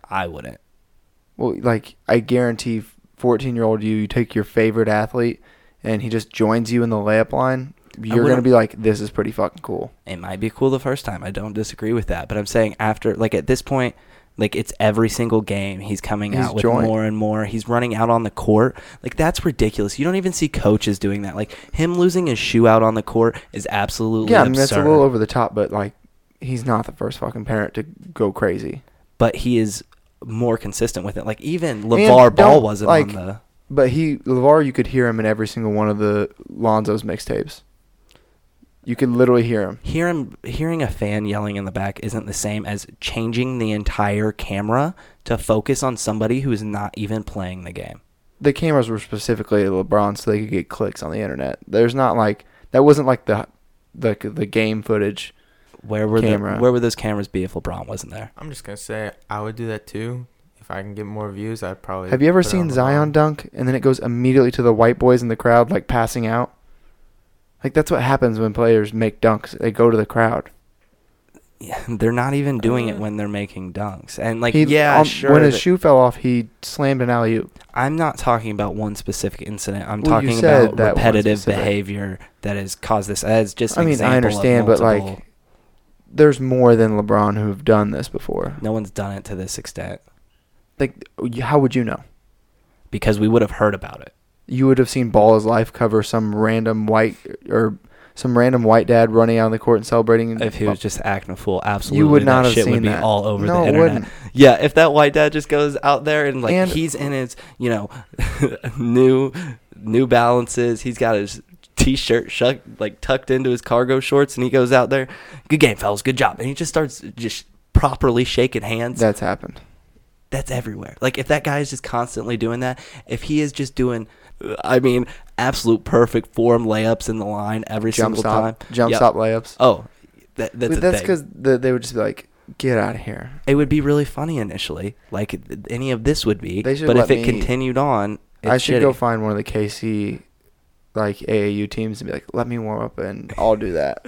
Speaker 2: I wouldn't.
Speaker 1: Well, like I guarantee 14 year old you, you take your favorite athlete and he just joins you in the layup line, you're going to
Speaker 2: wouldn't-
Speaker 1: be like this is pretty fucking cool.
Speaker 2: it might be cool the first time. I don't disagree with that, but I'm saying after like at this point, like it's every single game he's coming
Speaker 1: He's
Speaker 2: out with
Speaker 1: joined.
Speaker 2: more and more. He's running out on the court. Like that's ridiculous. You don't even see coaches doing that. Like him losing his shoe out on the court is absolutely
Speaker 1: yeah, I mean
Speaker 2: absurd.
Speaker 1: that's a little over the top, but like he's not the first fucking parent to go crazy.
Speaker 2: but he is more consistent with it. Like even LeVar Ball
Speaker 1: don't,
Speaker 2: wasn't
Speaker 1: like-
Speaker 2: on the
Speaker 1: But he LeVar, you could hear him in every single one of the Lonzo's mixtapes. You could literally hear him.
Speaker 2: hearing hearing a fan yelling in the back isn't the same as changing the entire camera to focus on somebody who is not even playing the game.
Speaker 1: the cameras were specifically at LeBron so they could get clicks on the internet. There's not like that wasn't like the the the game footage
Speaker 2: Where were the,
Speaker 1: Camera.
Speaker 2: where would those cameras be if LeBron wasn't there?
Speaker 3: I'm just gonna say I would do that too. If I can get more views, I'd probably.
Speaker 1: Have you ever
Speaker 3: put it on
Speaker 1: seen
Speaker 3: LeBron.
Speaker 1: Zion dunk and then it goes immediately to the white boys in the crowd like passing out? Like that's what happens when players make dunks. They go to the crowd.
Speaker 2: Yeah, <laughs> they're not even doing it
Speaker 3: Uh.
Speaker 2: when they're making dunks. And like,
Speaker 1: He-
Speaker 2: yeah,
Speaker 1: um,
Speaker 2: sure.
Speaker 1: When his
Speaker 2: that-
Speaker 1: shoe fell off, he slammed an alley oop.
Speaker 2: I'm not talking about one specific incident. I'm
Speaker 1: Well, you
Speaker 2: talking
Speaker 1: said
Speaker 2: about
Speaker 1: that one
Speaker 2: repetitive
Speaker 1: specific.
Speaker 2: behavior that has caused this. As just, an
Speaker 1: I mean, I
Speaker 2: example of
Speaker 1: understand, but
Speaker 2: multiple-
Speaker 1: like, there's more than LeBron who've done this before.
Speaker 2: no one's done it to this extent
Speaker 1: Like, how would you know?
Speaker 2: because we would have heard about it.
Speaker 1: you would have seen Ball is Life cover some random white or some random white dad running out on the court and celebrating. and-
Speaker 2: If he was just acting a fool, absolutely,
Speaker 1: Mm, you would not
Speaker 2: that
Speaker 1: have
Speaker 2: shit
Speaker 1: seen
Speaker 2: would be
Speaker 1: that.
Speaker 2: all over
Speaker 1: No,
Speaker 2: the
Speaker 1: it
Speaker 2: internet.
Speaker 1: wouldn't.
Speaker 2: Yeah, if that white dad just goes out there and like
Speaker 1: And-
Speaker 2: he's in his, you know, <laughs> new New Balances, he's got his t-shirt shuck, like tucked into his cargo shorts, and he goes out there, good game, fellas, good job, and he just starts just properly shaking hands.
Speaker 1: That's happened.
Speaker 2: that's everywhere. Like if that guy is just constantly doing that, if he is just doing, I mean, absolute perfect form layups in the line every
Speaker 1: Jump
Speaker 2: single
Speaker 1: stop,
Speaker 2: time.
Speaker 1: jump
Speaker 2: Yep.
Speaker 1: stop layups.
Speaker 2: Oh, that, that's
Speaker 1: But
Speaker 2: a
Speaker 1: that's
Speaker 2: thing.
Speaker 1: because the, they would just be like, "Get out of here."
Speaker 2: it would be really funny initially, like th- any of this would be.
Speaker 1: They should
Speaker 2: but
Speaker 1: let
Speaker 2: if it
Speaker 1: me-
Speaker 2: continued on, it's
Speaker 1: I should go
Speaker 2: shitty.
Speaker 1: find one of the KC like AAU teams and be like, "Let me warm up and I'll do
Speaker 2: <laughs>
Speaker 1: that.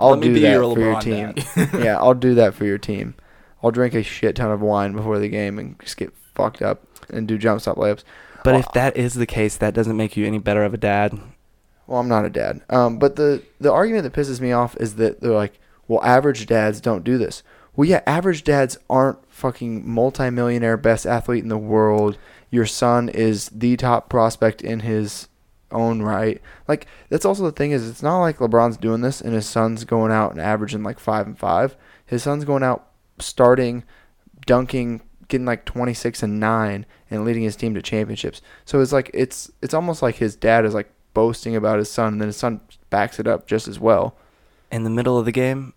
Speaker 1: I'll
Speaker 2: Let me
Speaker 1: do
Speaker 2: be
Speaker 1: that
Speaker 2: your
Speaker 1: for your
Speaker 2: LeBron
Speaker 1: team. <laughs> yeah, I'll do that for
Speaker 2: <laughs>
Speaker 1: your team. I'll drink a shit ton of wine before the game and just get fucked up and do jump stop layups."
Speaker 2: But if that is the case, that doesn't make you any better of a dad.
Speaker 1: Well, I'm not a dad. Um, but the the argument that pisses me off is that they're like, well, average dads don't do this. Well, yeah, average dads aren't fucking multimillionaire best athlete in the world. Your son is the top prospect in his own right. Like that's also the thing is it's not like LeBron's doing this and his son's going out and averaging like 5 and 5. His son's going out starting dunking getting like 26 and 9 and leading his team to championships. So it's like it's it's almost like his dad is like boasting about his son and then his son backs it up just as well.
Speaker 2: in the middle of the game.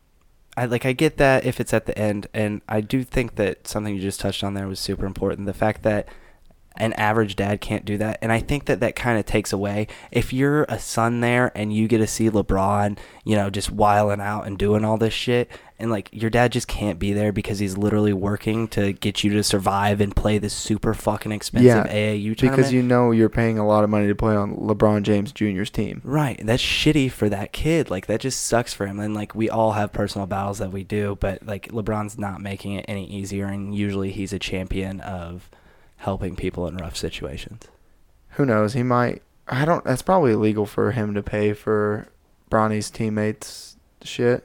Speaker 2: I like I get that if it's at the end, and I do think that something you just touched on there was super important. The fact that an average dad can't do that, and I think that that kind of takes away if you're a son there and you get to see LeBron, you know, just wiling out and doing all this shit, and like your dad just can't be there because he's literally working to get you to survive and play this super fucking expensive AAU tournament.
Speaker 1: because you know you're paying a lot of money to play on LeBron James Jr.'s team.
Speaker 2: Right. That's shitty for that kid. Like that just sucks for him. And like we all have personal battles that we do, but like LeBron's not making it any easier and usually he's a champion of helping people in rough situations.
Speaker 1: Who knows? He might. I don't. That's probably illegal for him to pay for Bronny's teammates. Shit.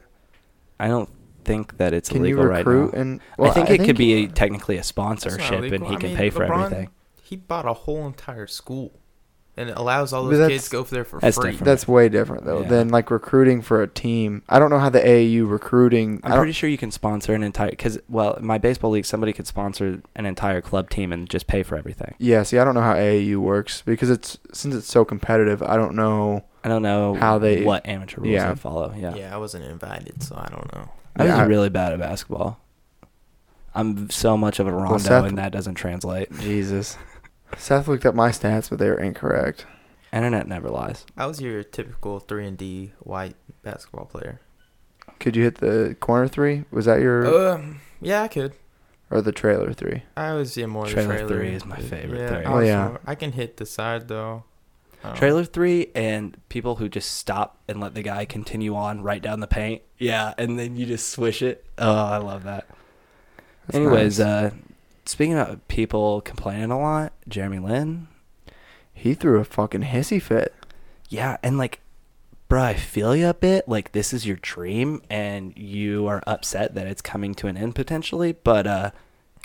Speaker 2: I don't think that it's
Speaker 1: Can you
Speaker 2: illegal right
Speaker 1: recruit
Speaker 2: now.
Speaker 1: and?
Speaker 2: I think it could be technically a sponsorship and
Speaker 3: illegal.
Speaker 2: he
Speaker 3: I
Speaker 2: can
Speaker 3: mean,
Speaker 2: pay for
Speaker 3: LeBron-
Speaker 2: everything.
Speaker 3: He bought a whole entire school, and it allows all
Speaker 1: But
Speaker 3: those
Speaker 1: that's-
Speaker 3: kids to go for there for
Speaker 2: that's
Speaker 3: free.
Speaker 2: different.
Speaker 1: That's way different though
Speaker 2: Yeah.
Speaker 1: than like recruiting for a team. I don't know how the AAU recruiting. I
Speaker 2: I'm
Speaker 1: don't-
Speaker 2: pretty sure you can sponsor an entire cuz well, in my baseball league somebody could sponsor an entire club team and just pay for everything.
Speaker 1: Yeah, see, I don't know how AAU works because it's since it's so competitive. I don't know.
Speaker 2: I don't know
Speaker 1: How they-
Speaker 2: what amateur rules
Speaker 1: yeah.
Speaker 2: they follow.
Speaker 3: Yeah. I wasn't invited, so I don't know.
Speaker 2: I
Speaker 1: Yeah, I-
Speaker 2: was really bad at basketball. I'm so much of a rondo,
Speaker 1: Seth-
Speaker 2: and that doesn't translate.
Speaker 1: Jesus, Seth looked up my stats, but they were incorrect.
Speaker 2: Internet never lies.
Speaker 3: I was your typical three and D white basketball player.
Speaker 1: Could you hit the corner three? Was that your
Speaker 3: Um, yeah, I could.
Speaker 1: or the trailer three?
Speaker 3: I was yeah more
Speaker 2: Trailer
Speaker 3: the trailer
Speaker 2: three is my favorite
Speaker 3: Yeah,
Speaker 2: three.
Speaker 3: I
Speaker 1: Oh,
Speaker 3: was
Speaker 1: yeah.
Speaker 3: more- I can hit the side though. Um, I don't know.
Speaker 2: Trailer three and people who just stop and let the guy continue on right down the paint. Yeah, and then you just swish it. Oh, I love that.
Speaker 1: That's
Speaker 2: Anyways,
Speaker 1: nice.
Speaker 2: uh, speaking of people complaining a lot, Jeremy Lin. uh,
Speaker 1: he threw a fucking hissy fit.
Speaker 2: Yeah, and like, bruh, I feel you a bit. Like this is your dream, and you are upset that it's coming to an end potentially. But uh,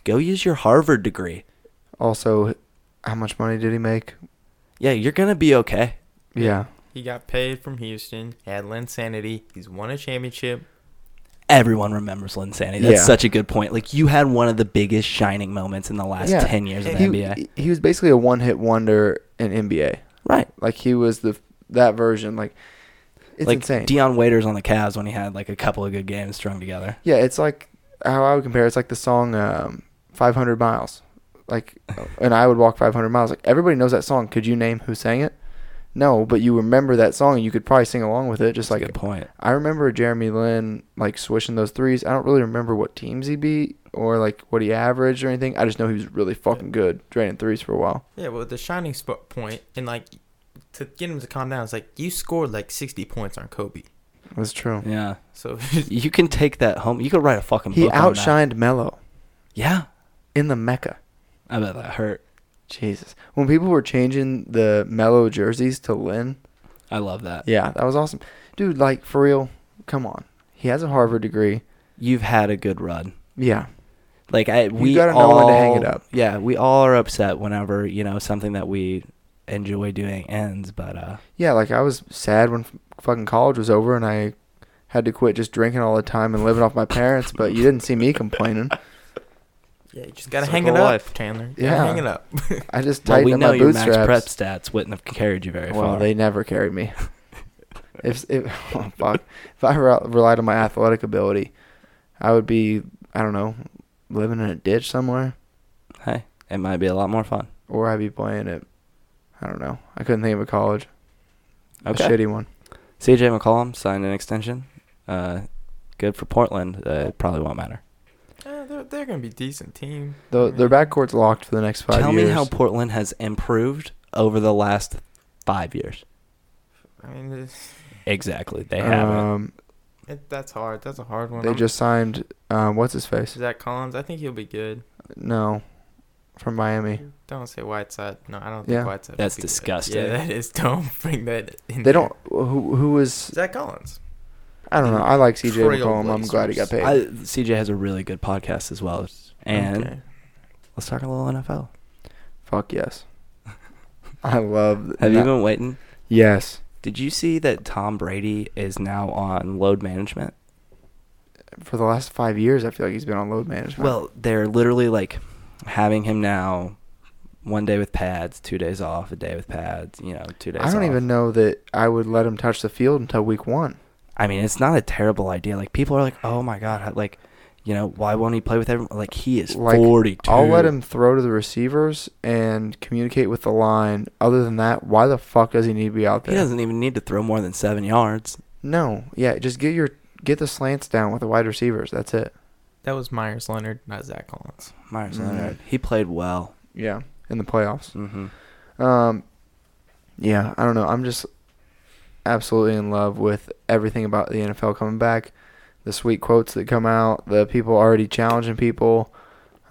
Speaker 2: go use your Harvard degree.
Speaker 1: Also, how much money did he make?
Speaker 2: Yeah, you're gonna be okay.
Speaker 1: Yeah,
Speaker 3: He got paid from Houston. Had insanity. He's won a championship.
Speaker 2: Everyone remembers Lynn Sandy. That's
Speaker 1: Yeah.
Speaker 2: such a good point. Like you had one of the biggest shining moments in the last
Speaker 1: Yeah.
Speaker 2: ten years of the
Speaker 1: he,
Speaker 2: NBA.
Speaker 1: he he was basically a one hit wonder in NBA.
Speaker 2: right.
Speaker 1: Like he was the that version. Like it's
Speaker 2: like
Speaker 1: insane.
Speaker 2: Deion Waiters on the Cavs when he had like a couple of good games strung together.
Speaker 1: Yeah, it's like how I would compare. It's like the song um, "500 Miles," like, and I would walk 500 miles. Like everybody knows that song. Could you name who sang it? No, but you remember that song. You could probably sing along with it. Just
Speaker 2: That's a
Speaker 1: like
Speaker 2: good point.
Speaker 1: I remember Jeremy Lin like swishing those threes. I don't really remember what teams he beat or like what he averaged or anything. I just know he was really fucking good draining threes for a while.
Speaker 3: Yeah, well, the shining spot point and like to get him to calm down is like you scored like sixty points on Kobe.
Speaker 1: That's true.
Speaker 2: Yeah,
Speaker 3: So <laughs>
Speaker 2: you can take that home. You could write a fucking
Speaker 1: He
Speaker 2: book on that.
Speaker 1: outshined Melo
Speaker 2: Yeah,
Speaker 1: in the Mecca.
Speaker 2: I bet that hurt.
Speaker 1: Jesus. When people were changing the Melo jerseys to Lin,
Speaker 2: I love that.
Speaker 1: yeah, that was awesome. Dude, like for real, come on. He has a Harvard degree.
Speaker 2: You've had a good run.
Speaker 1: Yeah.
Speaker 2: Like I, we
Speaker 1: gotta know
Speaker 2: all,
Speaker 1: when to hang it up.
Speaker 2: Yeah, we all are upset whenever you know something that we enjoy doing ends. But uh,
Speaker 1: Yeah, like I was sad when f- fucking college was over and I had to quit just drinking all the time and living off my parents, but you didn't see me complaining.
Speaker 3: yeah, you just gotta
Speaker 2: Circle
Speaker 3: hang it
Speaker 2: of
Speaker 3: up,
Speaker 2: life.
Speaker 3: Chandler. You
Speaker 1: Yeah.
Speaker 3: gotta hang it up.
Speaker 1: I just
Speaker 2: well,
Speaker 1: tightened
Speaker 2: we
Speaker 1: up
Speaker 2: know
Speaker 1: my
Speaker 2: your max
Speaker 1: bootstraps.
Speaker 2: prep stats wouldn't have carried you very
Speaker 1: well,
Speaker 2: far.
Speaker 1: they never carried me. <laughs> if if <laughs> oh, fuck, if I re- relied on my athletic ability, I would be I don't know living in a ditch somewhere,
Speaker 2: hey, it might be a lot more fun.
Speaker 1: or I'd be playing it. I don't know. I couldn't think of a college.
Speaker 2: Okay.
Speaker 1: A shitty one.
Speaker 2: CJ McCollum signed an extension. Uh, good for Portland. Uh, it probably won't matter.
Speaker 3: Yeah, they're, they're gonna be a decent team.
Speaker 1: The, their backcourt's locked for the next five
Speaker 2: Tell
Speaker 1: years.
Speaker 2: me how Portland has improved over the last five years.
Speaker 3: I mean, it's,
Speaker 2: Exactly, they haven't.
Speaker 1: Um,
Speaker 3: it, that's hard. That's a hard one.
Speaker 1: they
Speaker 3: I'm-
Speaker 1: just signed um, what's his face?
Speaker 3: Zach Collins. I think he'll be good.
Speaker 1: No, from Miami.
Speaker 3: Don't say Whiteside. No, I don't think
Speaker 1: Yeah.
Speaker 3: Whiteside.
Speaker 2: That's
Speaker 3: would be good.
Speaker 2: disgusting.
Speaker 3: Yeah, that is. <laughs> Don't bring that. in
Speaker 1: They
Speaker 3: there.
Speaker 1: don't. Who who was?
Speaker 3: Zach Collins.
Speaker 1: I don't know. I like CJ McCollum. I'm
Speaker 3: Trailblazers.
Speaker 1: glad he got paid.
Speaker 2: I, CJ has a really good podcast as well. And
Speaker 3: Okay.
Speaker 2: let's talk a little NFL.
Speaker 1: Fuck yes. I <laughs> love.
Speaker 2: Have you
Speaker 1: that.
Speaker 2: been waiting?
Speaker 1: Yes.
Speaker 2: Did you see that Tom Brady is now on load management?
Speaker 1: for the last five years, I feel like he's been on load management.
Speaker 2: Well, they're literally like having him now one day with pads, two days off, a day with pads, you know, two days
Speaker 1: I don't
Speaker 2: off.
Speaker 1: even know that I would let him touch the field until week one.
Speaker 2: I mean, it's not a terrible idea. Like people are like, "Oh my god, how- like, you know, why won't he play with everyone?" Like he is
Speaker 1: Like,
Speaker 2: 42.
Speaker 1: I'll let him throw to the receivers and communicate with the line. Other than that, why the fuck does he need to be out
Speaker 2: He
Speaker 1: there?
Speaker 2: doesn't even need to throw more than 7 yards.
Speaker 1: No, yeah, just get your get the slants down with the wide receivers. That's it.
Speaker 3: That was Myers Leonard, not Zach Collins.
Speaker 2: Myers
Speaker 1: Mm.
Speaker 2: Leonard, he played well.
Speaker 1: Yeah, in the playoffs.
Speaker 2: Mhm.
Speaker 1: Um, yeah, I don't know. I'm just absolutely in love with everything about the NFL coming back. The sweet quotes that come out, the people already challenging people,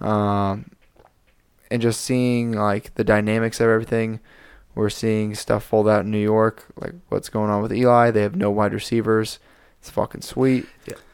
Speaker 1: um, and just seeing like the dynamics of everything. We're seeing stuff fold out in New York, like what's going on with Eli. They have no wide receivers. It's fucking sweet.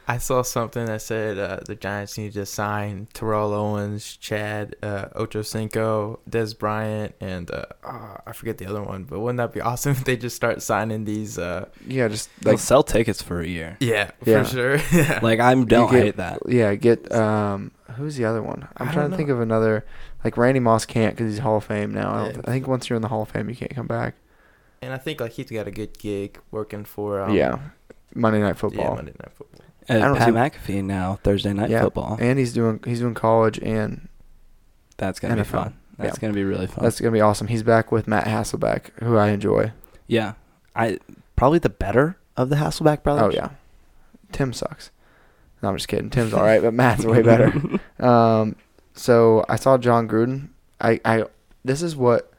Speaker 3: I saw something that said uh, the Giants need to sign Terrell Owens, Chad uh, Ochocinco, Des Bryant, and uh, ah, I forget the other one. But wouldn't that be <laughs> awesome if they just start signing these? Uh,
Speaker 1: Yeah, just
Speaker 2: They'll
Speaker 1: like
Speaker 2: sell tickets for a year.
Speaker 3: yeah,
Speaker 1: Yeah.
Speaker 3: for sure. <laughs> yeah.
Speaker 2: Like I'm don't
Speaker 1: get-
Speaker 2: hate that.
Speaker 1: yeah, get um, who's the other one? I'm
Speaker 3: I
Speaker 1: trying to
Speaker 3: don't
Speaker 1: think
Speaker 3: know.
Speaker 1: of another. Like Randy Moss can't because he's Hall of Fame now. I, don't
Speaker 3: Yeah.
Speaker 1: I think once you're in the Hall of Fame, you can't come back.
Speaker 3: and I think like he's got a good gig working for um,
Speaker 1: yeah, Monday Night
Speaker 3: yeah,
Speaker 1: Football.
Speaker 3: Monday Night Football.
Speaker 1: I
Speaker 2: Uh,
Speaker 1: don't
Speaker 2: Pat
Speaker 1: see-
Speaker 2: McAfee now Thursday night
Speaker 1: Yeah,
Speaker 2: football.
Speaker 1: and he's doing he's doing college, and
Speaker 2: That's gonna be
Speaker 1: NFL.
Speaker 2: fun. That's
Speaker 1: Yeah.
Speaker 2: gonna be really fun.
Speaker 1: that's gonna be awesome. He's back with Matt Hasselbeck, who I enjoy.
Speaker 2: yeah, I probably the better of the Hasselback brothers. <laughs>
Speaker 1: Oh yeah, Tim sucks. No, I'm just kidding.
Speaker 3: <laughs>
Speaker 1: Tim's all right, but Matt's way <laughs> better. Um, so I saw John Gruden. I, I this is what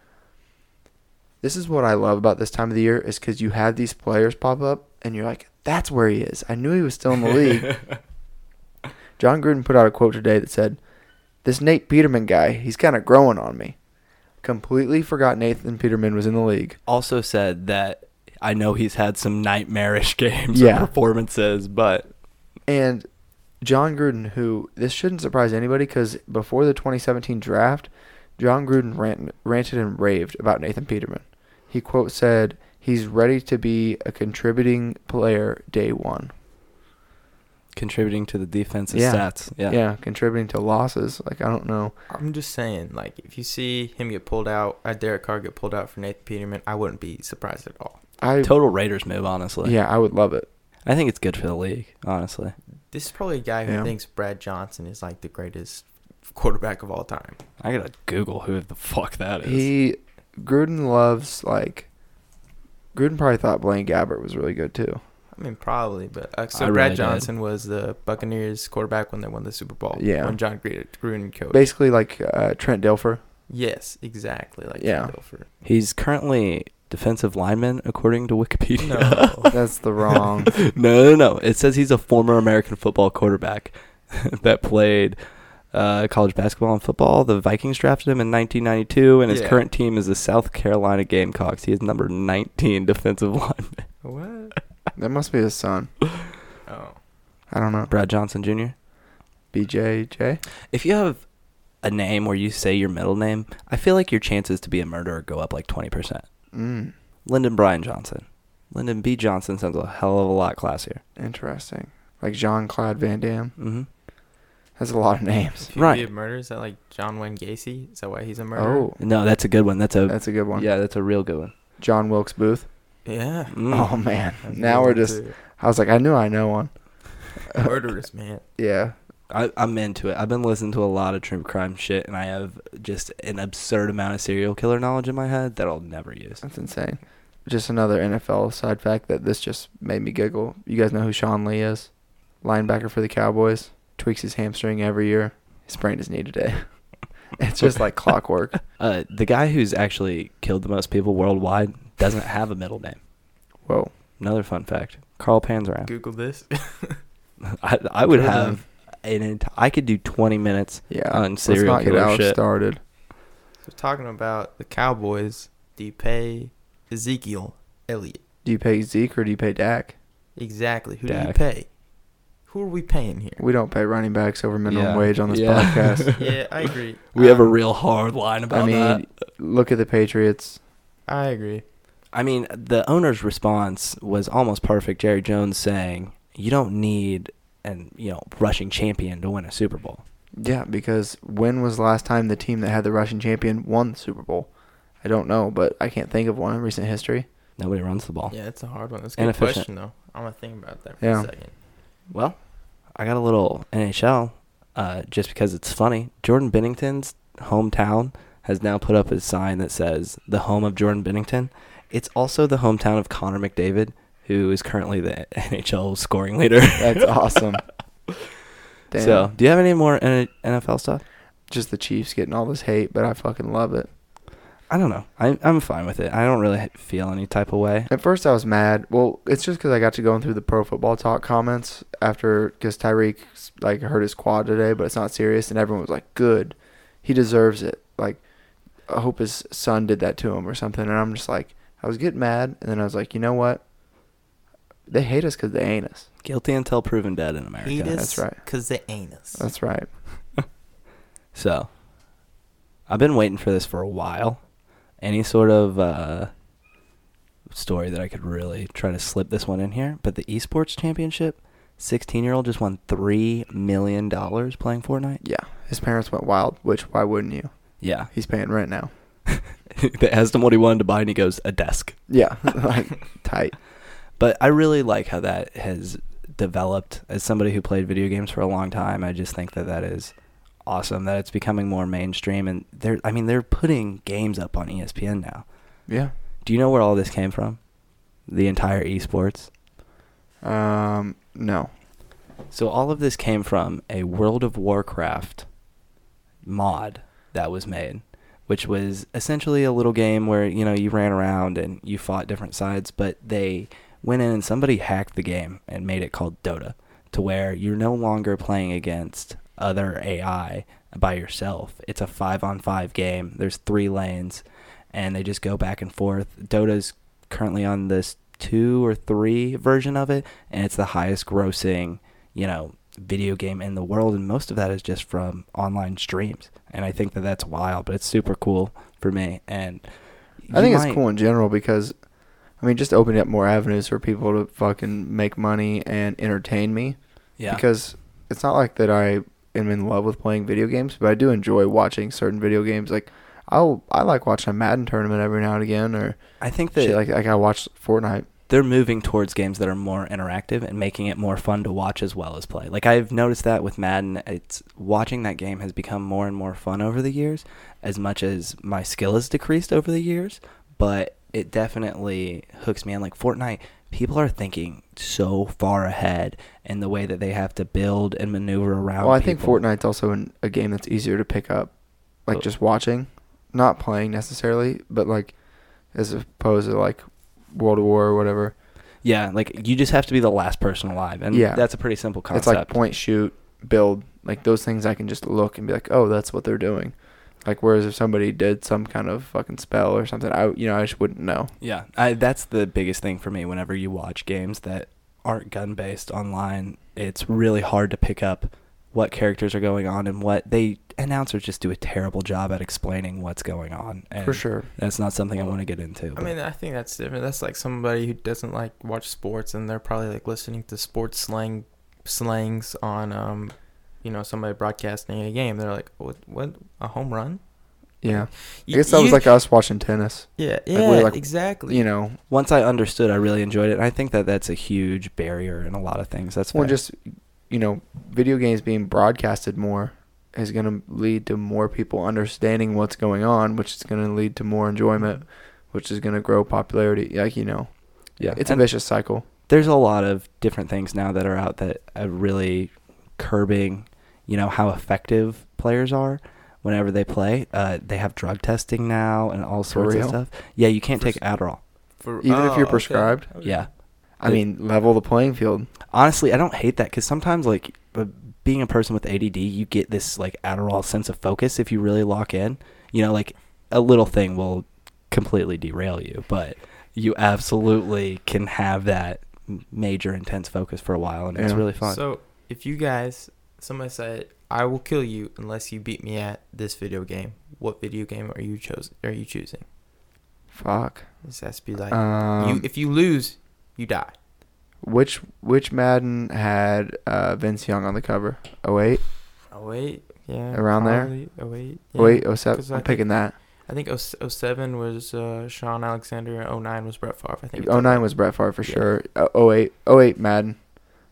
Speaker 1: this is what I love about this time of the year is because you have these players pop up and you're like, that's where he is. I knew he was still in the league. John Gruden put out a quote today that said, "This Nate Peterman guy, he's kind of growing on me." Completely forgot Nathan Peterman was in the league.
Speaker 2: Also said that I know he's had some nightmarish <laughs> games
Speaker 1: Yeah.
Speaker 2: and performances, but
Speaker 1: And John Gruden, who this shouldn't surprise anybody because before the 2017 draft, John Gruden rant, ranted and raved about Nathan Peterman. He quote said, "He's ready to be a contributing player day one."
Speaker 2: contributing to the defensive
Speaker 1: Yeah.
Speaker 2: stats. Yeah.
Speaker 1: contributing to losses. Like I don't know.
Speaker 3: I'm just saying, like if you see him get pulled out, uh, Derek Carr get pulled out for Nathan Peterman, I wouldn't be surprised at all.
Speaker 1: I
Speaker 2: Total Raiders move, honestly.
Speaker 1: yeah, I would love it.
Speaker 2: I think it's good for the league, honestly.
Speaker 3: This is probably a guy who
Speaker 1: Yeah.
Speaker 3: thinks Brad Johnson is like the greatest quarterback of all time.
Speaker 2: I gotta Google who the fuck that is.
Speaker 1: He Gruden loves like Gruden probably thought Blaine Gabbert was really good too.
Speaker 3: I mean, probably, but uh, so
Speaker 5: I
Speaker 3: Brad
Speaker 5: really did.
Speaker 3: Johnson was the Buccaneers quarterback when they won the Super Bowl.
Speaker 1: Yeah.
Speaker 3: when John Gruden Gruden coached.
Speaker 1: Basically, like uh, Trent Dilfer.
Speaker 3: yes, exactly. Like
Speaker 1: Yeah.
Speaker 3: Trent Dilfer.
Speaker 2: He's currently defensive lineman, according to Wikipedia.
Speaker 3: No,
Speaker 1: That's the wrong.
Speaker 2: <laughs> No, no, no. It says he's a former American football quarterback <laughs> that played uh, college basketball and football. The Vikings drafted him in 1992, and his
Speaker 3: Yeah.
Speaker 2: current team is the South Carolina Gamecocks. He is number 19 <laughs> defensive lineman.
Speaker 3: what?
Speaker 1: that must be his son.
Speaker 3: Oh,
Speaker 1: I don't know.
Speaker 2: Brad Johnson Jr.
Speaker 1: BJJ.
Speaker 2: If you have a name where you say your middle name, I feel like your chances to be a murderer go up like 20%.
Speaker 1: Mm,
Speaker 2: Lyndon Brian Johnson. Lyndon B. Johnson sounds a hell of a lot classier.
Speaker 1: interesting. Like Jean Claude Van Damme.
Speaker 2: Mm-hmm.
Speaker 1: That's a lot of names.
Speaker 3: if you
Speaker 2: Right.
Speaker 3: be a murderer, is that like John Wayne Gacy? Is that why he's a murderer?
Speaker 1: Oh,
Speaker 2: No, that's a good one. That's a
Speaker 1: that's a good one.
Speaker 2: yeah, that's a real good one.
Speaker 1: John Wilkes Booth.
Speaker 3: yeah.
Speaker 2: Mm.
Speaker 1: Oh man.
Speaker 3: That's a
Speaker 1: Now
Speaker 3: good
Speaker 1: we're
Speaker 3: one,
Speaker 1: just.
Speaker 3: too.
Speaker 1: I was like, I knew I know one.
Speaker 3: murderers, man.
Speaker 1: Yeah.
Speaker 2: I, I'm into it. I've been listening to a lot of true crime shit, and I have just an absurd amount of serial killer knowledge in my head that I'll never use.
Speaker 1: That's insane. Just another NFL side fact that this just made me giggle. You guys know who Sean Lee is? Linebacker for the Cowboys. Tweaks his hamstring every year. He sprained his knee today. <laughs> it's just
Speaker 2: <laughs>
Speaker 1: like clockwork.
Speaker 2: Uh, the guy who's actually killed the most people worldwide doesn't have a middle name.
Speaker 1: Whoa.
Speaker 2: Another fun fact: Carl Panzram.
Speaker 3: Google this. <laughs>
Speaker 2: I, I would
Speaker 1: Good
Speaker 2: have an. Ent- I could do 20 minutes.
Speaker 1: Yeah.
Speaker 2: On
Speaker 1: let's
Speaker 2: serial
Speaker 1: not get
Speaker 2: killer
Speaker 1: Alex
Speaker 2: shit.
Speaker 1: started.
Speaker 3: so talking about the Cowboys, do you pay Ezekiel Elliott?
Speaker 1: Do you pay Zeke or do you pay Dak?
Speaker 3: Exactly. Who
Speaker 2: Dak.
Speaker 3: do you pay? Who are we paying here?
Speaker 1: We don't pay running backs over minimum
Speaker 2: Yeah.
Speaker 1: wage on this
Speaker 2: Yeah. <laughs>
Speaker 1: podcast.
Speaker 3: <laughs> yeah, I agree.
Speaker 2: We have a
Speaker 3: Um,
Speaker 2: real hard line about
Speaker 1: I mean,
Speaker 2: that.
Speaker 1: look at the Patriots.
Speaker 3: I agree.
Speaker 2: I mean, the owner's response was almost perfect. Jerry Jones saying, "You don't need an you know rushing champion to win a Super Bowl."
Speaker 1: Yeah, because when was the last time the team that had the Russian champion won the Super Bowl? I don't know, but I can't think of one in recent history.
Speaker 2: Nobody runs the ball.
Speaker 3: Yeah, it's a hard one. That's a good
Speaker 2: Inefficient.
Speaker 3: question, though. I'm going to think about that for
Speaker 1: Yeah.
Speaker 3: a second.
Speaker 2: Well, I got a little NHL uh, just because it's funny. Jordan Bennington's hometown has now put up a sign that says "The home of Jordan Bennington." It's also the hometown of Connor McDavid, who is currently the <laughs> NHL scoring leader. <laughs>
Speaker 1: That's awesome. Damn.
Speaker 2: So, do you have any more N- NFL stuff?
Speaker 1: just the Chiefs getting all this hate, but I fucking love it.
Speaker 2: I don't know. I, I'm fine with it. I don't really feel any type of way.
Speaker 1: At first, I was mad. Well, it's just because I got to going through the pro football talk comments after because Tyreek like hurt his quad today, but it's not serious, and everyone was like, "Good, he deserves it." Like, I hope his son did that to him or something. And I'm just like, I was getting mad, and then I was like, you know what? They hate us because they ain't us.
Speaker 2: Guilty until proven dead in America.
Speaker 1: that's right.
Speaker 3: Because they ain't us.
Speaker 1: That's right.
Speaker 2: So, I've been waiting for this for a while. Any sort of uh, story that I could really try to slip this one in here. But the esports championship, 16 year old just won $3 million playing Fortnite.
Speaker 1: Yeah, his parents went wild. Which why wouldn't you?
Speaker 2: Yeah. <laughs>
Speaker 1: He's paying rent now.
Speaker 2: they asked him what he wanted to buy, and he goes, a desk.
Speaker 1: Yeah, <laughs> like tight.
Speaker 2: But I really like how that has developed. As somebody who played video games for a long time, I just think that that is awesome that it's becoming more mainstream. And they're, I mean, they're putting games up on E ESPN now.
Speaker 1: Yeah.
Speaker 2: Do you know where all this came from? The entire esports.
Speaker 1: Um. No.
Speaker 2: So all of this came from a World of Warcraft mod that was made, which was essentially a little game where, you know, you ran around and you fought different sides, but they went in and somebody hacked the game and made it called Dota to where you're no longer playing against other AI by yourself. It's a 5 on 5 game. There's three lanes and they just go back and forth. Dota's currently on this 2 or 3 version of it and it's the highest grossing you know video game in the world and most of that is just from online streams and i think that that's wild but it's super cool for me and
Speaker 1: I
Speaker 2: you
Speaker 1: think
Speaker 2: might-
Speaker 1: it's cool in general because, I mean, just opening up more avenues for people to fucking make money and entertain me.
Speaker 2: yeah
Speaker 1: Because it's not like that I am in love with playing video games, but I do enjoy watching certain video games. Like, I'll I like watching a Madden tournament every now and again, or
Speaker 2: i think that
Speaker 1: shit like like I watch Fortnite.
Speaker 2: they're moving towards games that are more interactive and making it more fun to watch as well as play. Like I've noticed that with Madden, it's watching that game has become more and more fun over the years as much as my skill has decreased over the years, but it definitely hooks me in. Like Fortnite, people are thinking so far ahead in the way that they have to build and maneuver around.
Speaker 1: Well, I think
Speaker 2: people.
Speaker 1: Fortnite's also an, a game that's easier to pick up, like
Speaker 2: Oh.
Speaker 1: just watching, not playing necessarily, but like as opposed to like World War or whatever.
Speaker 2: Yeah, like you just have to be the last person alive, and
Speaker 1: Yeah.
Speaker 2: that's a pretty simple concept.
Speaker 1: It's like point shoot, build, like those things. I can just look and be like, oh, that's what they're doing. Like whereas if somebody did some kind of fucking spell or something, I you know I just wouldn't know.
Speaker 2: Yeah, I, that's the biggest thing for me. Whenever you watch games that aren't gun based online, it's really hard to pick up what characters are going on and what they announcers just do a terrible job at explaining what's going on. And
Speaker 1: For sure.
Speaker 2: that's not something I want to get into.
Speaker 3: I
Speaker 2: but-
Speaker 3: mean, I think that's different. That's like somebody who doesn't like watch sports, and they're probably like listening to sports slang slangs on, um, you know, somebody broadcasting a game. They're like, "What? What? A home run?"
Speaker 1: Yeah. I
Speaker 3: You-
Speaker 1: guess that
Speaker 3: you-
Speaker 1: was like us watching tennis.
Speaker 3: yeah, yeah,
Speaker 1: we're like,
Speaker 3: exactly.
Speaker 1: You know,
Speaker 2: once I understood, I really enjoyed it. And I think that that's a huge barrier in a lot of things. That's
Speaker 1: well,
Speaker 2: fair.
Speaker 1: just you know, video games being broadcasted more is going to lead to more people understanding what's going on, which is going to lead to more enjoyment, which is going to grow popularity. Like you know,
Speaker 2: yeah.
Speaker 1: it's
Speaker 2: And
Speaker 1: a vicious cycle.
Speaker 2: there's a lot of different things now that are out that are really curbing, you know, how effective players are whenever they play. Uh, they have drug testing now and all sorts of
Speaker 1: real?
Speaker 2: stuff. Yeah, you can't
Speaker 3: For
Speaker 2: take
Speaker 3: s-
Speaker 2: Adderall.
Speaker 3: For-
Speaker 1: Even if
Speaker 3: oh,
Speaker 1: you're
Speaker 3: okay.
Speaker 1: prescribed,
Speaker 3: Okay.
Speaker 2: Yeah.
Speaker 1: I mean, level the playing field.
Speaker 2: Honestly, I don't hate that because sometimes, like, b- being a person with ADD, you get this, like, Adderall sense of focus if you really lock in. You know, like, a little thing will completely derail you, but you absolutely can have that m- major intense focus for a while, and it's
Speaker 1: Yeah.
Speaker 2: really fun.
Speaker 3: So if you guys, somebody said, "I will kill you unless you beat me at this video game," what video game are you chosen? Are you choosing?
Speaker 1: Fuck.
Speaker 3: This has to be like,
Speaker 1: Um,
Speaker 3: you, if you lose, you die.
Speaker 1: Which which Madden had uh, Vince Young on the cover? Oh eight,
Speaker 3: Oh wait, yeah,
Speaker 1: Around there?
Speaker 3: there. Oh wait,
Speaker 1: oh eight, oh
Speaker 3: 'Cause
Speaker 1: seven.
Speaker 3: I
Speaker 1: I'm picking that.
Speaker 3: I think oh, 0- 07 was uh, Sean Alexander, and 09 was Brett Favre. I think it's
Speaker 1: Oh nine
Speaker 3: like-
Speaker 1: was Brett Favre for
Speaker 3: Yeah.
Speaker 1: sure. Oh eight, oh eight Madden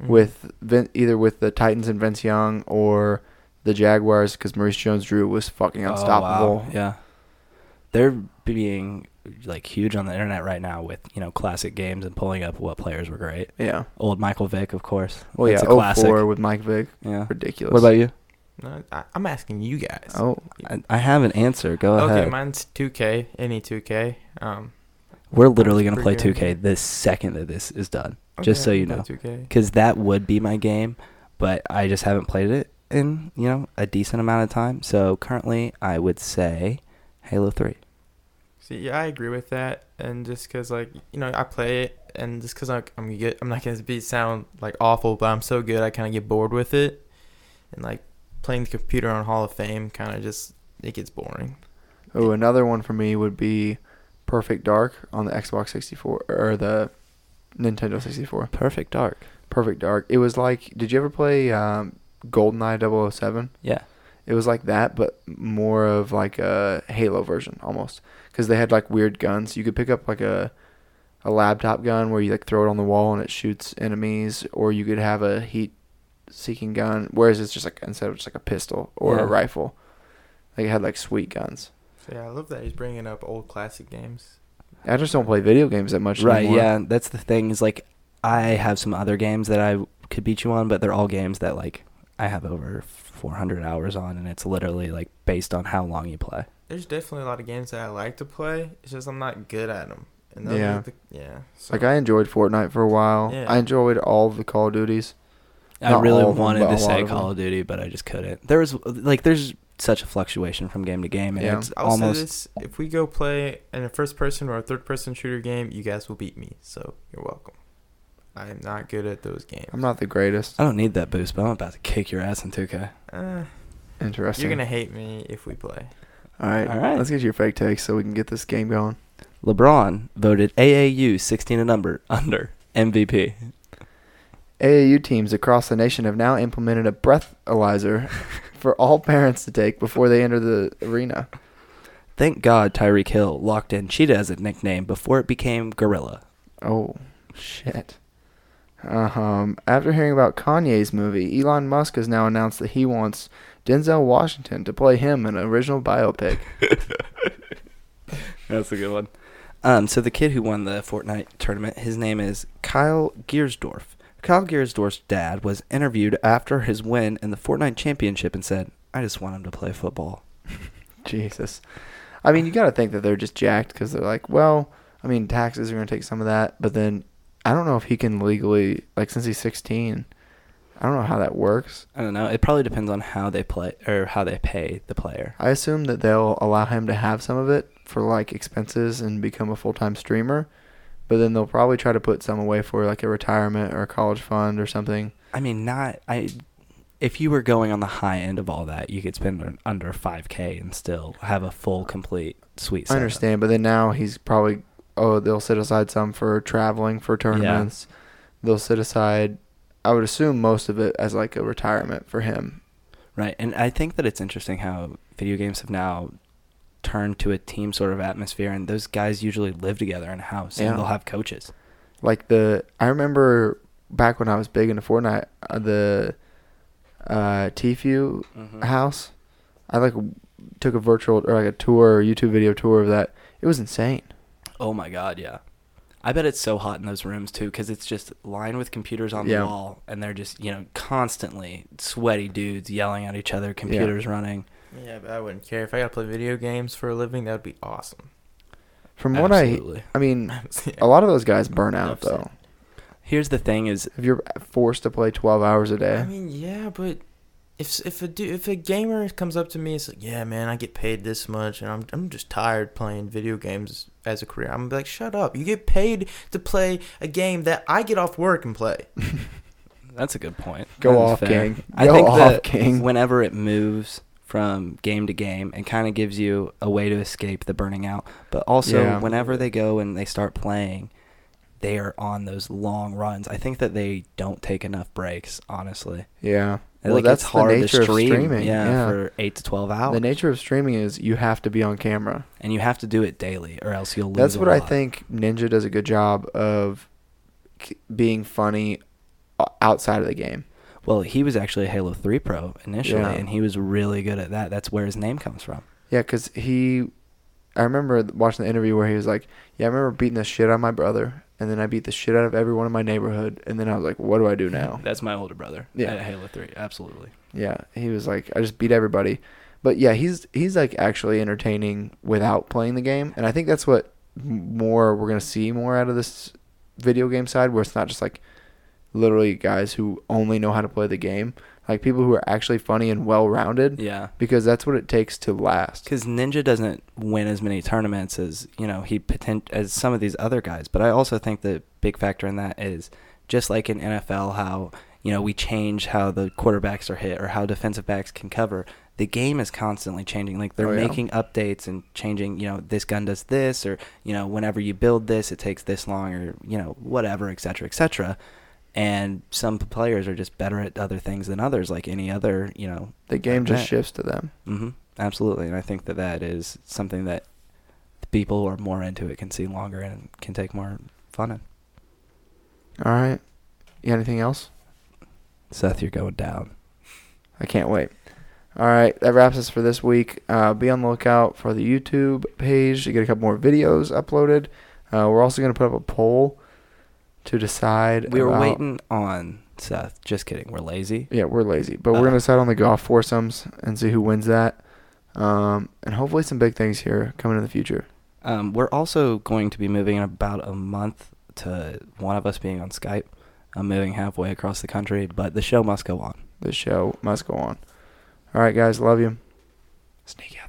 Speaker 3: Mhm.
Speaker 1: with Vin, either with the Titans and Vince Young or the Jaguars because Maurice Jones-Drew was fucking
Speaker 2: Oh, wow.
Speaker 1: unstoppable.
Speaker 2: Yeah. They're being like huge on the internet right now with, you know, classic games and pulling up what players were great.
Speaker 1: Yeah.
Speaker 2: Old Michael Vick, of course.
Speaker 1: Well,
Speaker 2: That's
Speaker 1: yeah. Oh four with Mike Vick,
Speaker 2: Yeah.
Speaker 1: ridiculous.
Speaker 2: What about you?
Speaker 3: Mm-hmm. No, I, I'm asking you guys.
Speaker 1: Oh,
Speaker 2: I, I have an answer. Go
Speaker 3: okay,
Speaker 2: ahead.
Speaker 3: mine's 2K, any 2K. E Um,
Speaker 2: We're literally going to
Speaker 3: Pretty
Speaker 2: play
Speaker 3: good.
Speaker 2: 2K the second that this is done. Just
Speaker 3: okay,
Speaker 2: so you
Speaker 3: play
Speaker 2: know.
Speaker 3: 2K.
Speaker 2: Because that would be my game, but I just haven't played it in, you know, a decent amount of time. So currently, I would say Halo 3.
Speaker 3: See, yeah, I agree with that, and just because like you know I play it, and just because I'm I'm good, I'm not gonna be sound like awful, but I'm so good I kind of get bored with it, and like playing the computer on Hall of Fame kind of just it gets boring.
Speaker 1: oh, another one for me would be Perfect Dark on the Xbox 64 or the Nintendo 64.
Speaker 2: Perfect Dark.
Speaker 1: Perfect Dark. It was like, did you ever play um, GoldenEye 007?
Speaker 2: Yeah.
Speaker 1: It was like that, but more of like a Halo version almost, because they had like weird guns. You could pick up like a a laptop gun where you like throw it on the wall and it shoots enemies, or you could have a heat-seeking gun, whereas it's just like instead of just like a pistol or
Speaker 2: Yeah.
Speaker 1: a rifle, they had like sweet guns.
Speaker 3: So yeah, I love that he's bringing up old classic games.
Speaker 1: I just don't play video games that much
Speaker 2: right
Speaker 1: anymore.
Speaker 2: yeah that's the thing is like i have some other games that i could beat you on but they're all games that like i have over 400 hours on and it's literally like based on how long you play
Speaker 3: There's definitely a lot of games that I like to play. It's just I'm not good at them. And those
Speaker 1: Yeah.
Speaker 3: Are the, yeah. So
Speaker 1: Like I enjoyed Fortnite for a while.
Speaker 3: Yeah.
Speaker 1: I enjoyed all the Call of Duties.
Speaker 2: i
Speaker 1: Not
Speaker 2: really
Speaker 1: all of them,
Speaker 2: wanted
Speaker 1: but a
Speaker 2: to
Speaker 1: lot
Speaker 2: say
Speaker 1: of them.
Speaker 2: call of duty but i just couldn't there was like there's such a fluctuation from game to game and
Speaker 1: Yeah.
Speaker 2: it's
Speaker 3: I'll say
Speaker 2: almost
Speaker 3: this: if we go play in a first-person or a third-person shooter game, you guys will beat me. So you're welcome. I am not good at those games.
Speaker 1: I'm not the greatest.
Speaker 2: i don't need that boost but i'm about to kick your ass in 2k
Speaker 3: Uh,
Speaker 1: Interesting.
Speaker 3: you're gonna hate me if we play.
Speaker 1: All right.
Speaker 2: All right.
Speaker 1: Let's get your fake takes so we can get this game going.
Speaker 2: lebron voted aau 16 and number under <laughs> mvp
Speaker 1: AAU teams across the nation have now implemented a breathalyzer for all parents to take before they enter the arena.
Speaker 2: thank god tyreek hill locked in cheetah as a nickname before it became gorilla
Speaker 1: Oh, shit. Um, after hearing about Kanye's movie, Elon Musk has now announced that he wants Denzel Washington to play him in an original biopic.
Speaker 2: That's a good one. Um, so the kid who won the Fortnite tournament, his name is Kyle Giersdorf. Kyle Giersdorf's dad was interviewed after his win in the Fortnite championship and said, "I just want him to play football."
Speaker 1: Jesus. I mean, you got to think that they're just jacked because they're like, well, I mean, taxes are going to take some of that, but then I don't know if he can legally, like, since he's 16, I don't know how that works.
Speaker 2: I don't know. It probably depends on how they play or how they pay the player.
Speaker 1: I assume that they'll allow him to have some of it for, like, expenses and become a full time streamer, but then they'll probably try to put some away for, like, a retirement or a college fund or something.
Speaker 2: I mean, not I. If you were going on the high end of all that, you could spend un- under five k and still have a full, complete suite.
Speaker 1: I
Speaker 2: setup.
Speaker 1: understand, but then now he's probably oh they'll set aside some for traveling for tournaments. They'll set aside I would assume most of it as like a retirement for him.
Speaker 2: Right, and I think that it's interesting how video games have now turned to a team sort of atmosphere, and those guys usually live together in a house,
Speaker 1: Yeah.
Speaker 2: and they'll have coaches.
Speaker 1: Like the I remember back when I was big into Fortnite uh, the uh Tfue house. I like took a virtual or like a tour, YouTube video tour of that. It was insane.
Speaker 2: Oh my god, yeah. I bet it's so hot in those rooms too, because it's just lined with computers on
Speaker 1: Yeah.
Speaker 2: the wall, and they're just you know constantly sweaty dudes yelling at each other, computers running.
Speaker 3: Yeah, but I wouldn't care if I got to play video games for a living. That would be awesome.
Speaker 1: From what
Speaker 2: Absolutely.
Speaker 1: I I mean,
Speaker 3: <laughs> Yeah.
Speaker 1: <laughs> a lot of those guys burn out
Speaker 3: Upset.
Speaker 1: though.
Speaker 2: Here's the thing: is
Speaker 1: If you're forced to play 12 hours a
Speaker 3: I
Speaker 1: day,
Speaker 3: mean, yeah, but if if a du- if a gamer comes up to me, it's like, yeah, man, I get paid this much, and I'm I'm just tired playing video games as a career. I'm gonna be like, shut up! You get paid to play a game that I get off work and play.
Speaker 2: that's a good point.
Speaker 1: Go
Speaker 2: That is
Speaker 1: off,
Speaker 2: fair.
Speaker 1: King.
Speaker 2: I
Speaker 1: Go <laughs>
Speaker 2: think
Speaker 1: off,
Speaker 2: that
Speaker 1: King.
Speaker 2: whenever it moves from game to game, it kind of gives you a way to escape the burning out. But also,
Speaker 1: Yeah.
Speaker 2: whenever they go and they start playing, they are on those long runs. I think that they don't take enough breaks. Honestly.
Speaker 1: yeah.
Speaker 2: Well,
Speaker 1: Like,
Speaker 2: that's
Speaker 1: it's the
Speaker 2: hard
Speaker 1: nature
Speaker 2: to
Speaker 1: of
Speaker 2: stream,
Speaker 1: streaming,
Speaker 2: Yeah,
Speaker 1: yeah.
Speaker 2: for eight to twelve hours,
Speaker 1: The nature of streaming is you have to be on camera.
Speaker 2: and you have to do it daily, or else you'll lose.
Speaker 1: That's
Speaker 2: a
Speaker 1: what I
Speaker 2: lot.
Speaker 1: think Ninja does a good job of k- being funny o- outside of the game.
Speaker 2: Well, he was actually a Halo Three pro initially,
Speaker 1: Yeah.
Speaker 2: and he was really good at that. That's where his name comes from.
Speaker 1: Yeah, because he, I remember watching the interview where he was like, "Yeah, I remember beating the shit out of my brother, and then I beat the shit out of everyone in my neighborhood, and then I was like, what do I do now?"
Speaker 2: That's my older brother.
Speaker 1: Yeah.
Speaker 2: at Halo Three, absolutely.
Speaker 1: Yeah, he was like, I just beat everybody. But yeah, he's he's like actually entertaining without playing the game, and I think that's what m- more we're gonna see more out of this video game side, where it's not just like literally guys who only know how to play the game, like people who are actually funny and well rounded,
Speaker 2: Yeah,
Speaker 1: because that's what it takes to last.
Speaker 2: because Ninja doesn't win as many tournaments as you know he potent as some of these other guys. But I also think the big factor in that is just like in NFL, how you know we change how the quarterbacks are hit or how defensive backs can cover. The game is constantly changing. Like they're
Speaker 1: Oh, yeah.
Speaker 2: making updates and changing. You know, this gun does this, or you know, whenever you build this, it takes this long, or you know, whatever, et cetera, et cetera. And some players are just better at other things than others, like any other, you know,
Speaker 1: The game just
Speaker 2: Right.
Speaker 1: shifts to them.
Speaker 2: Mm-hmm. Absolutely, and I think that that is something that the people who are more into it can see longer and can take more fun in.
Speaker 1: All right, you got anything else?
Speaker 2: Seth, you're going down.
Speaker 1: I can't wait. All right, that wraps us for this week. Uh, be on the lookout for the YouTube page to get a couple more videos uploaded. Uh, we're also going to put up a poll to decide.
Speaker 2: We were
Speaker 1: about-
Speaker 2: waiting on Seth. Just kidding. We're lazy.
Speaker 1: Yeah, we're lazy, but we're
Speaker 2: Uh.
Speaker 1: going to decide on the golf foursomes and see who wins that. Um, and hopefully some big things here coming in the future.
Speaker 2: Um, we're also going to be moving in about a month to one of us being on Skype. I'm moving halfway across the country, but the show must go on.
Speaker 1: The show must go on. All right, guys, love you.
Speaker 2: Sneak out.